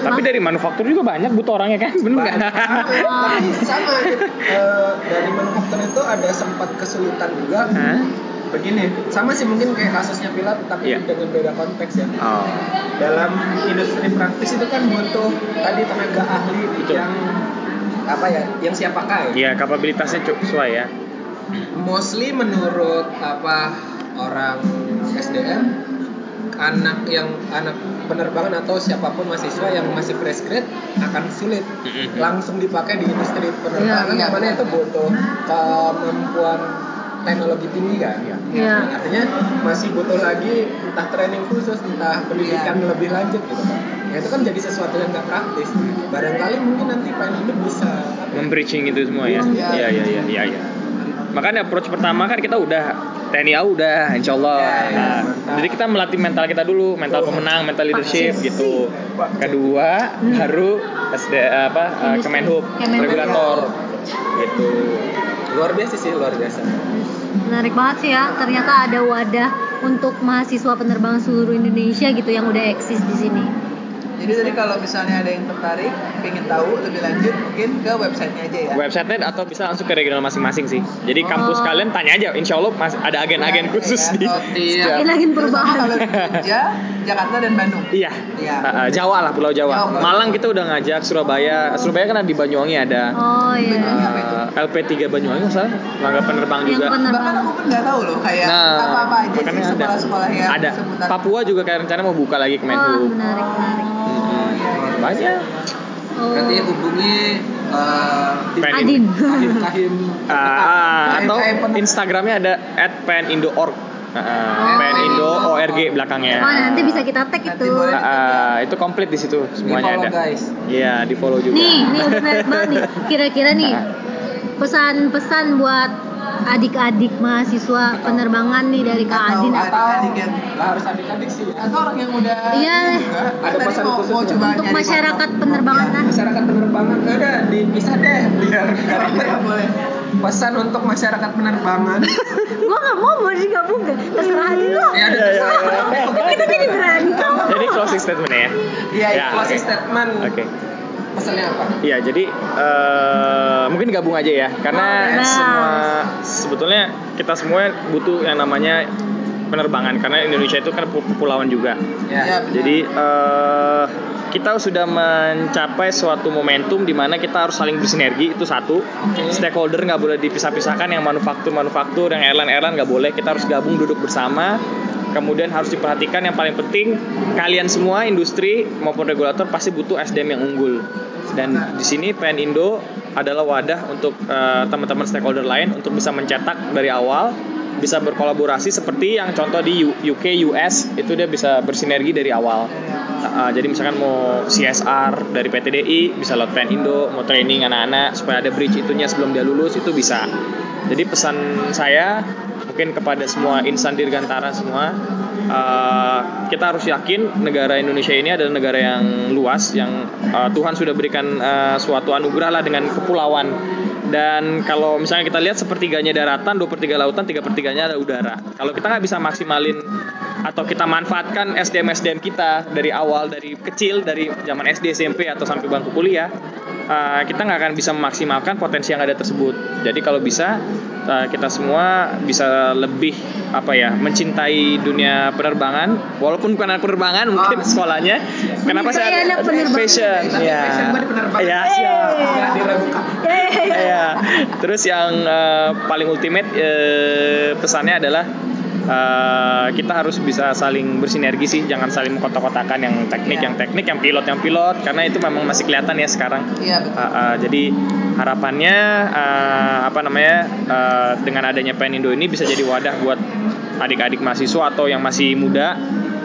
S4: Tapi dari manufaktur juga banyak butuh orangnya kan, bener nggak?
S3: tapi sama gitu. Eh, dari manufaktur itu ada sempat kesulitan juga
S4: Hah?
S3: begini sama sih mungkin kayak kasusnya pilot tapi
S4: Iya.
S3: dengan beda konteks ya
S4: <laughs> Oh,
S3: dalam industri praktis itu kan butuh tadi tenaga ahli
S4: Betul.
S3: yang apa ya yang siap pakai
S4: iya kapabilitasnya cukup sesuai ya.
S3: mostly menurut apa orang SDM anak yang anak penerbangan atau siapapun mahasiswa yang masih fresh grade akan sulit
S4: Mm-mm.
S3: langsung dipakai di industri penerbangan
S2: Iya, iya.
S3: karena itu butuh kemampuan teknologi tinggi kan
S1: Iya.
S3: artinya masih butuh lagi entah training khusus entah
S2: Iya.
S3: pendidikan lebih lanjut gitu kan ya itu kan jadi sesuatu yang nggak praktis barangkali mungkin nanti Pak bisa
S4: Membridging itu semua ya.
S2: Iya.
S4: Iya iya iya iya. iya. Makanya approach pertama kan kita udah TNI AU udah insya Allah.
S2: Ya, ya,
S4: Nah,
S3: mantap.
S4: jadi kita melatih mental kita dulu, mental pemenang, mental leadership
S1: Pak,
S4: gitu. Kedua
S2: Hmm.
S4: baru SD apa eh,
S1: Industri.
S4: Kemenhub,
S1: Kemenhub.
S4: regulator gitu.
S3: luar biasa sih luar biasa
S1: Menarik banget sih ya, ternyata ada wadah untuk mahasiswa penerbangan seluruh Indonesia gitu yang udah eksis di sini.
S2: Jadi tadi kalau misalnya ada yang tertarik, pengen tahu lebih lanjut, mungkin ke websitenya aja ya.
S4: Website-nya atau bisa langsung ke regional masing-masing sih.
S1: Oh.
S4: Jadi kampus kalian tanya aja, insya Allah mas- ada
S2: Ya,
S4: agen-agen khusus
S2: ya.
S4: di.
S2: Oh, iya.
S4: setiap-
S1: Ini lagi
S2: Terutama kalau
S1: perubahan.
S2: di Jogja, Jakarta dan Bandung.
S4: Iya.
S2: Iya.
S4: Uh, uh, Jawa lah Pulau Jawa.
S2: Jawa, Pulau
S4: Malang kita udah ngajak Surabaya. Surabaya kan ada di Banyuwangi ada
S1: Oh iya.
S2: Apa itu?
S4: uh, LP3 Banyuwangi nggak salah. Langga penerbang
S1: Yang
S4: juga. Nah,
S2: Bahkan
S1: penerbang.
S2: aku pun nggak tahu loh kayak ya?
S1: Nah.
S2: apa-apa aja sih
S4: makanya ada.
S2: sekolah-sekolah ya, yang
S4: ada.
S2: seputar.
S4: Papua juga kayak rencana mau buka
S1: Wah,
S4: lagi Kemenhub.
S1: menarik, menarik.
S2: Oh, iya, iya.
S4: Banyak.
S1: Oh.
S3: berarti hubungi eh, tim
S4: Pen- <laughs>
S1: Adin.
S3: Kahim Kahim
S1: eh,
S4: Uh, uh,
S2: Kayak-
S4: Ah, atau
S2: kayak penem-
S4: Instagramnya ada @penindo.org. Uh,
S1: Oh.
S4: penindo org belakangnya.
S1: Oh, nanti bisa kita tag
S2: Nanti
S1: itu.
S2: boleh.
S4: Uh, uh, itu komplit di situ
S3: di
S4: semuanya ada.
S3: follow guys
S4: Iya, di follow juga.
S1: Nih, nih udah menarik banget nih. Kira-kira nih pesan-pesan buat adik-adik mahasiswa penerbangan nih dari Kak
S2: Atau
S1: Adin
S2: adik-
S1: atau
S2: adik yang-
S3: lah harus adik-adik sih ya.
S2: atau orang yang udah
S1: Iya.
S2: juga, kan
S3: Ada
S2: tadi
S3: pesan
S2: mau,
S3: khusus
S2: mau
S3: nggak?
S2: coba
S1: untuk
S2: nyari
S1: masyarakat
S2: kontak.
S1: penerbangan
S2: Iya.
S1: nah.
S3: masyarakat kan penerbangan Eh, udah dipisah deh biar nggak ribet.
S2: Boleh, Iya, boleh.
S3: pesan untuk masyarakat penerbangan
S1: Gua gak mau mau digabung gak? Terserah Adin
S4: Iya,
S1: lah.
S3: ya ada
S1: Kita jadi berantem.
S4: Jadi closing statement ya.
S3: Iya,
S4: Ya,
S3: closing
S4: oke.
S3: statement.
S4: Oke.
S3: Pesannya apa?
S4: Iya, jadi eh, mungkin gabung aja ya, karena
S1: Boleh.
S4: semua sebetulnya kita semua butuh yang namanya penerbangan, karena Indonesia itu kan pu- kepulauan juga.
S3: Ya.
S2: Iya, benar.
S4: Jadi eh, kita sudah mencapai suatu momentum di mana kita harus saling bersinergi itu satu. Stakeholder nggak boleh dipisah-pisahkan, yang manufaktur-manufaktur, yang airline-airline nggak boleh. Kita harus gabung duduk bersama. Kemudian harus diperhatikan yang paling penting kalian semua industri maupun regulator pasti butuh SDM yang unggul. Dan di sini PN Indo adalah wadah untuk eh, teman-teman stakeholder lain untuk bisa mencetak dari awal bisa berkolaborasi seperti yang contoh di U- UK US itu dia bisa bersinergi dari awal. Nah, uh, jadi misalkan mau CSR dari PTDI bisa lewat Pen Indo, mau training anak-anak supaya ada bridge itunya sebelum dia lulus itu bisa. Jadi pesan saya mungkin kepada semua insan dirgantara semua uh, kita harus yakin negara Indonesia ini adalah negara yang luas yang uh, Tuhan sudah berikan uh, suatu anugerah lah dengan kepulauan dan kalau misalnya kita lihat sepertiganya daratan, dua pertiga lautan, tiga pertiganya ada udara. Kalau kita nggak bisa maksimalin atau kita manfaatkan SDM SDM kita dari awal dari kecil dari zaman SD SMP atau sampai bangku kuliah, eh, kita nggak akan bisa memaksimalkan potensi yang ada tersebut. Jadi kalau bisa eh, kita semua bisa lebih apa ya mencintai dunia penerbangan, walaupun bukan anak penerbangan mungkin sekolahnya.
S1: Ah.
S4: Kenapa
S1: Mencintai
S4: saya
S1: anak penerbangan.
S4: passion?
S3: Tapi
S4: Ya.
S3: passion gua di penerbangan.
S4: Ya, siap.
S3: Nggak diragukan.
S1: Yeay.
S4: Iya. Terus yang eh, paling ultimate eh, pesannya adalah eh, kita harus bisa saling bersinergi sih, jangan saling mengkotak-kotakan yang teknik, yang teknik, yang pilot, yang pilot, karena itu memang masih kelihatan ya sekarang.
S2: Iya, betul.
S4: Uh, uh, jadi harapannya uh, apa namanya uh, dengan adanya Penindo ini bisa jadi wadah buat adik-adik mahasiswa atau yang masih muda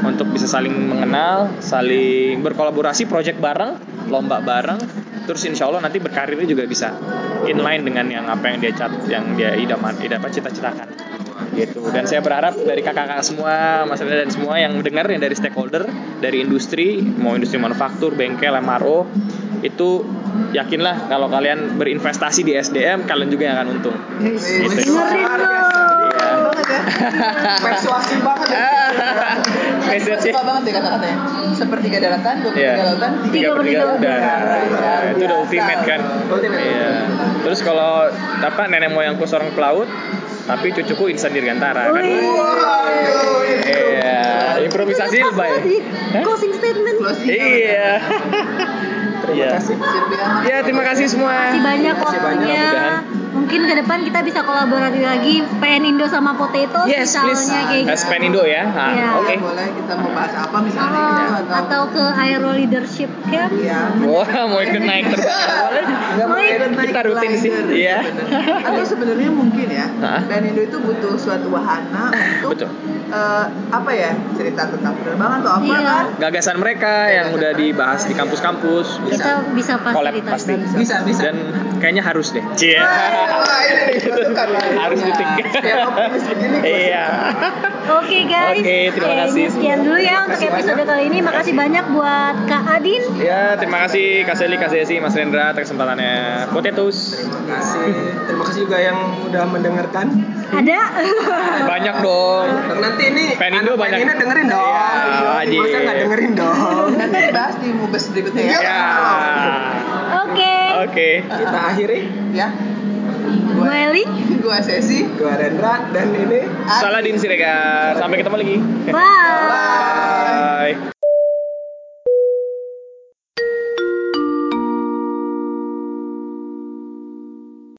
S4: untuk bisa saling mengenal, saling berkolaborasi, project bareng, lomba bareng, terus insya Allah nanti berkarirnya juga bisa inline dengan yang apa yang dia cat, yang dia idaman, idam apa cita-citakan gitu dan saya berharap dari kakak-kakak semua mas Reza dan semua yang mendengar yang dari stakeholder dari industri mau industri manufaktur bengkel MRO itu yakinlah kalau kalian berinvestasi di SDM kalian juga yang akan untung Gitu.
S1: Dengerin dong.
S4: Iya.
S2: banget ya. Persuasif banget
S4: <laughs>
S2: ya.
S4: Message-nya.
S2: Aku suka banget deh kata-katanya. Sepertiga daratan, dua
S4: Iya.
S2: pertiga lautan,
S1: Tiga
S4: tiga per tiga
S1: per tiga
S4: udah Nah,
S2: udah.
S4: itu udah ultimate kan
S3: Ultimate.
S4: Iya. terus kalau apa nenek moyangku seorang pelaut tapi cucuku Insan Dirgantara kan.
S1: Wih.
S4: Iya, improvisasi
S1: Itu
S4: lebay.
S1: pas banget,
S4: Hah?
S1: Ji. Closing statement.
S2: Closing.
S4: Iya.
S3: Terima
S4: Iya.
S3: kasih.
S2: Sylvia.
S4: Ya, terima kasih semua.
S1: Masih banyak
S3: Masih banyak,
S1: waktunya.
S4: mudah-mudahan.
S1: Mungkin ke depan kita bisa kolaborasi lagi PN Indo sama Potato
S4: Yes, please.
S1: misalnya kayak
S4: As
S1: gitu.
S4: Penindo ya. Ah,
S1: Iya.
S4: Oke.
S2: Ya, boleh kita mau bahas apa misalnya
S1: Oh,
S2: gitu
S1: atau ke Aero Leadership Camp.
S2: ya
S4: Wah, mau ikut naik terbang. Boleh.
S2: Nggak mau
S1: Kita
S2: ikut naik
S4: rutin sih.
S2: glider,
S4: Iya.
S2: sebenarnya. Atau sebenarnya mungkin ya,
S4: Hah?
S2: dan Indo itu butuh suatu wahana untuk
S4: Betul.
S2: eh, apa ya cerita tentang penerbangan atau apa
S1: Iya.
S2: kan?
S4: Gagasan mereka yang udah dibahas di kampus-kampus
S1: Iya, Kita
S4: bisa.
S1: bisa
S4: Collab
S1: fasilitas.
S4: pasti.
S3: Bisa, bisa. Iya.
S4: Dan kayaknya harus deh. Cie.
S2: Wah, ini dibutuhkan lah.
S4: Harus
S2: Ya,
S4: ditik.
S2: Kayak optimis begini. gua
S4: Iya.
S1: Oke guys.
S4: Oke, terima
S1: Kayaknya
S4: kasih
S1: Sekian dulu ya untuk
S3: kasih
S1: episode kali ini. Makasih banyak buat Kak Adin.
S4: Ya, terima kasih Kak Seli, Kak Desi, Mas Rendra atas kesempatannya. Potatoes.
S3: Terima kasih. Terima kasih juga yang udah mendengarkan.
S1: Ada. <laughs>
S4: Banyak dong.
S3: Nanti ini
S4: Penindo
S3: anak
S4: banyak.
S3: Penindo dengerin dong.
S4: Iya, wajib.
S3: Masa nggak dengerin Iya. dong.
S2: Nanti dibahas di mubes berikutnya ya.
S4: Ya.
S1: Oke.
S4: Oke.
S3: Kita akhiri.
S2: Ya.
S1: Gue Eli.
S2: Gua sesi.
S3: Gua Rendra dan ini
S4: Saladin Siregar. Sampai ketemu lagi.
S1: Bye.
S2: Bye.
S4: Bye.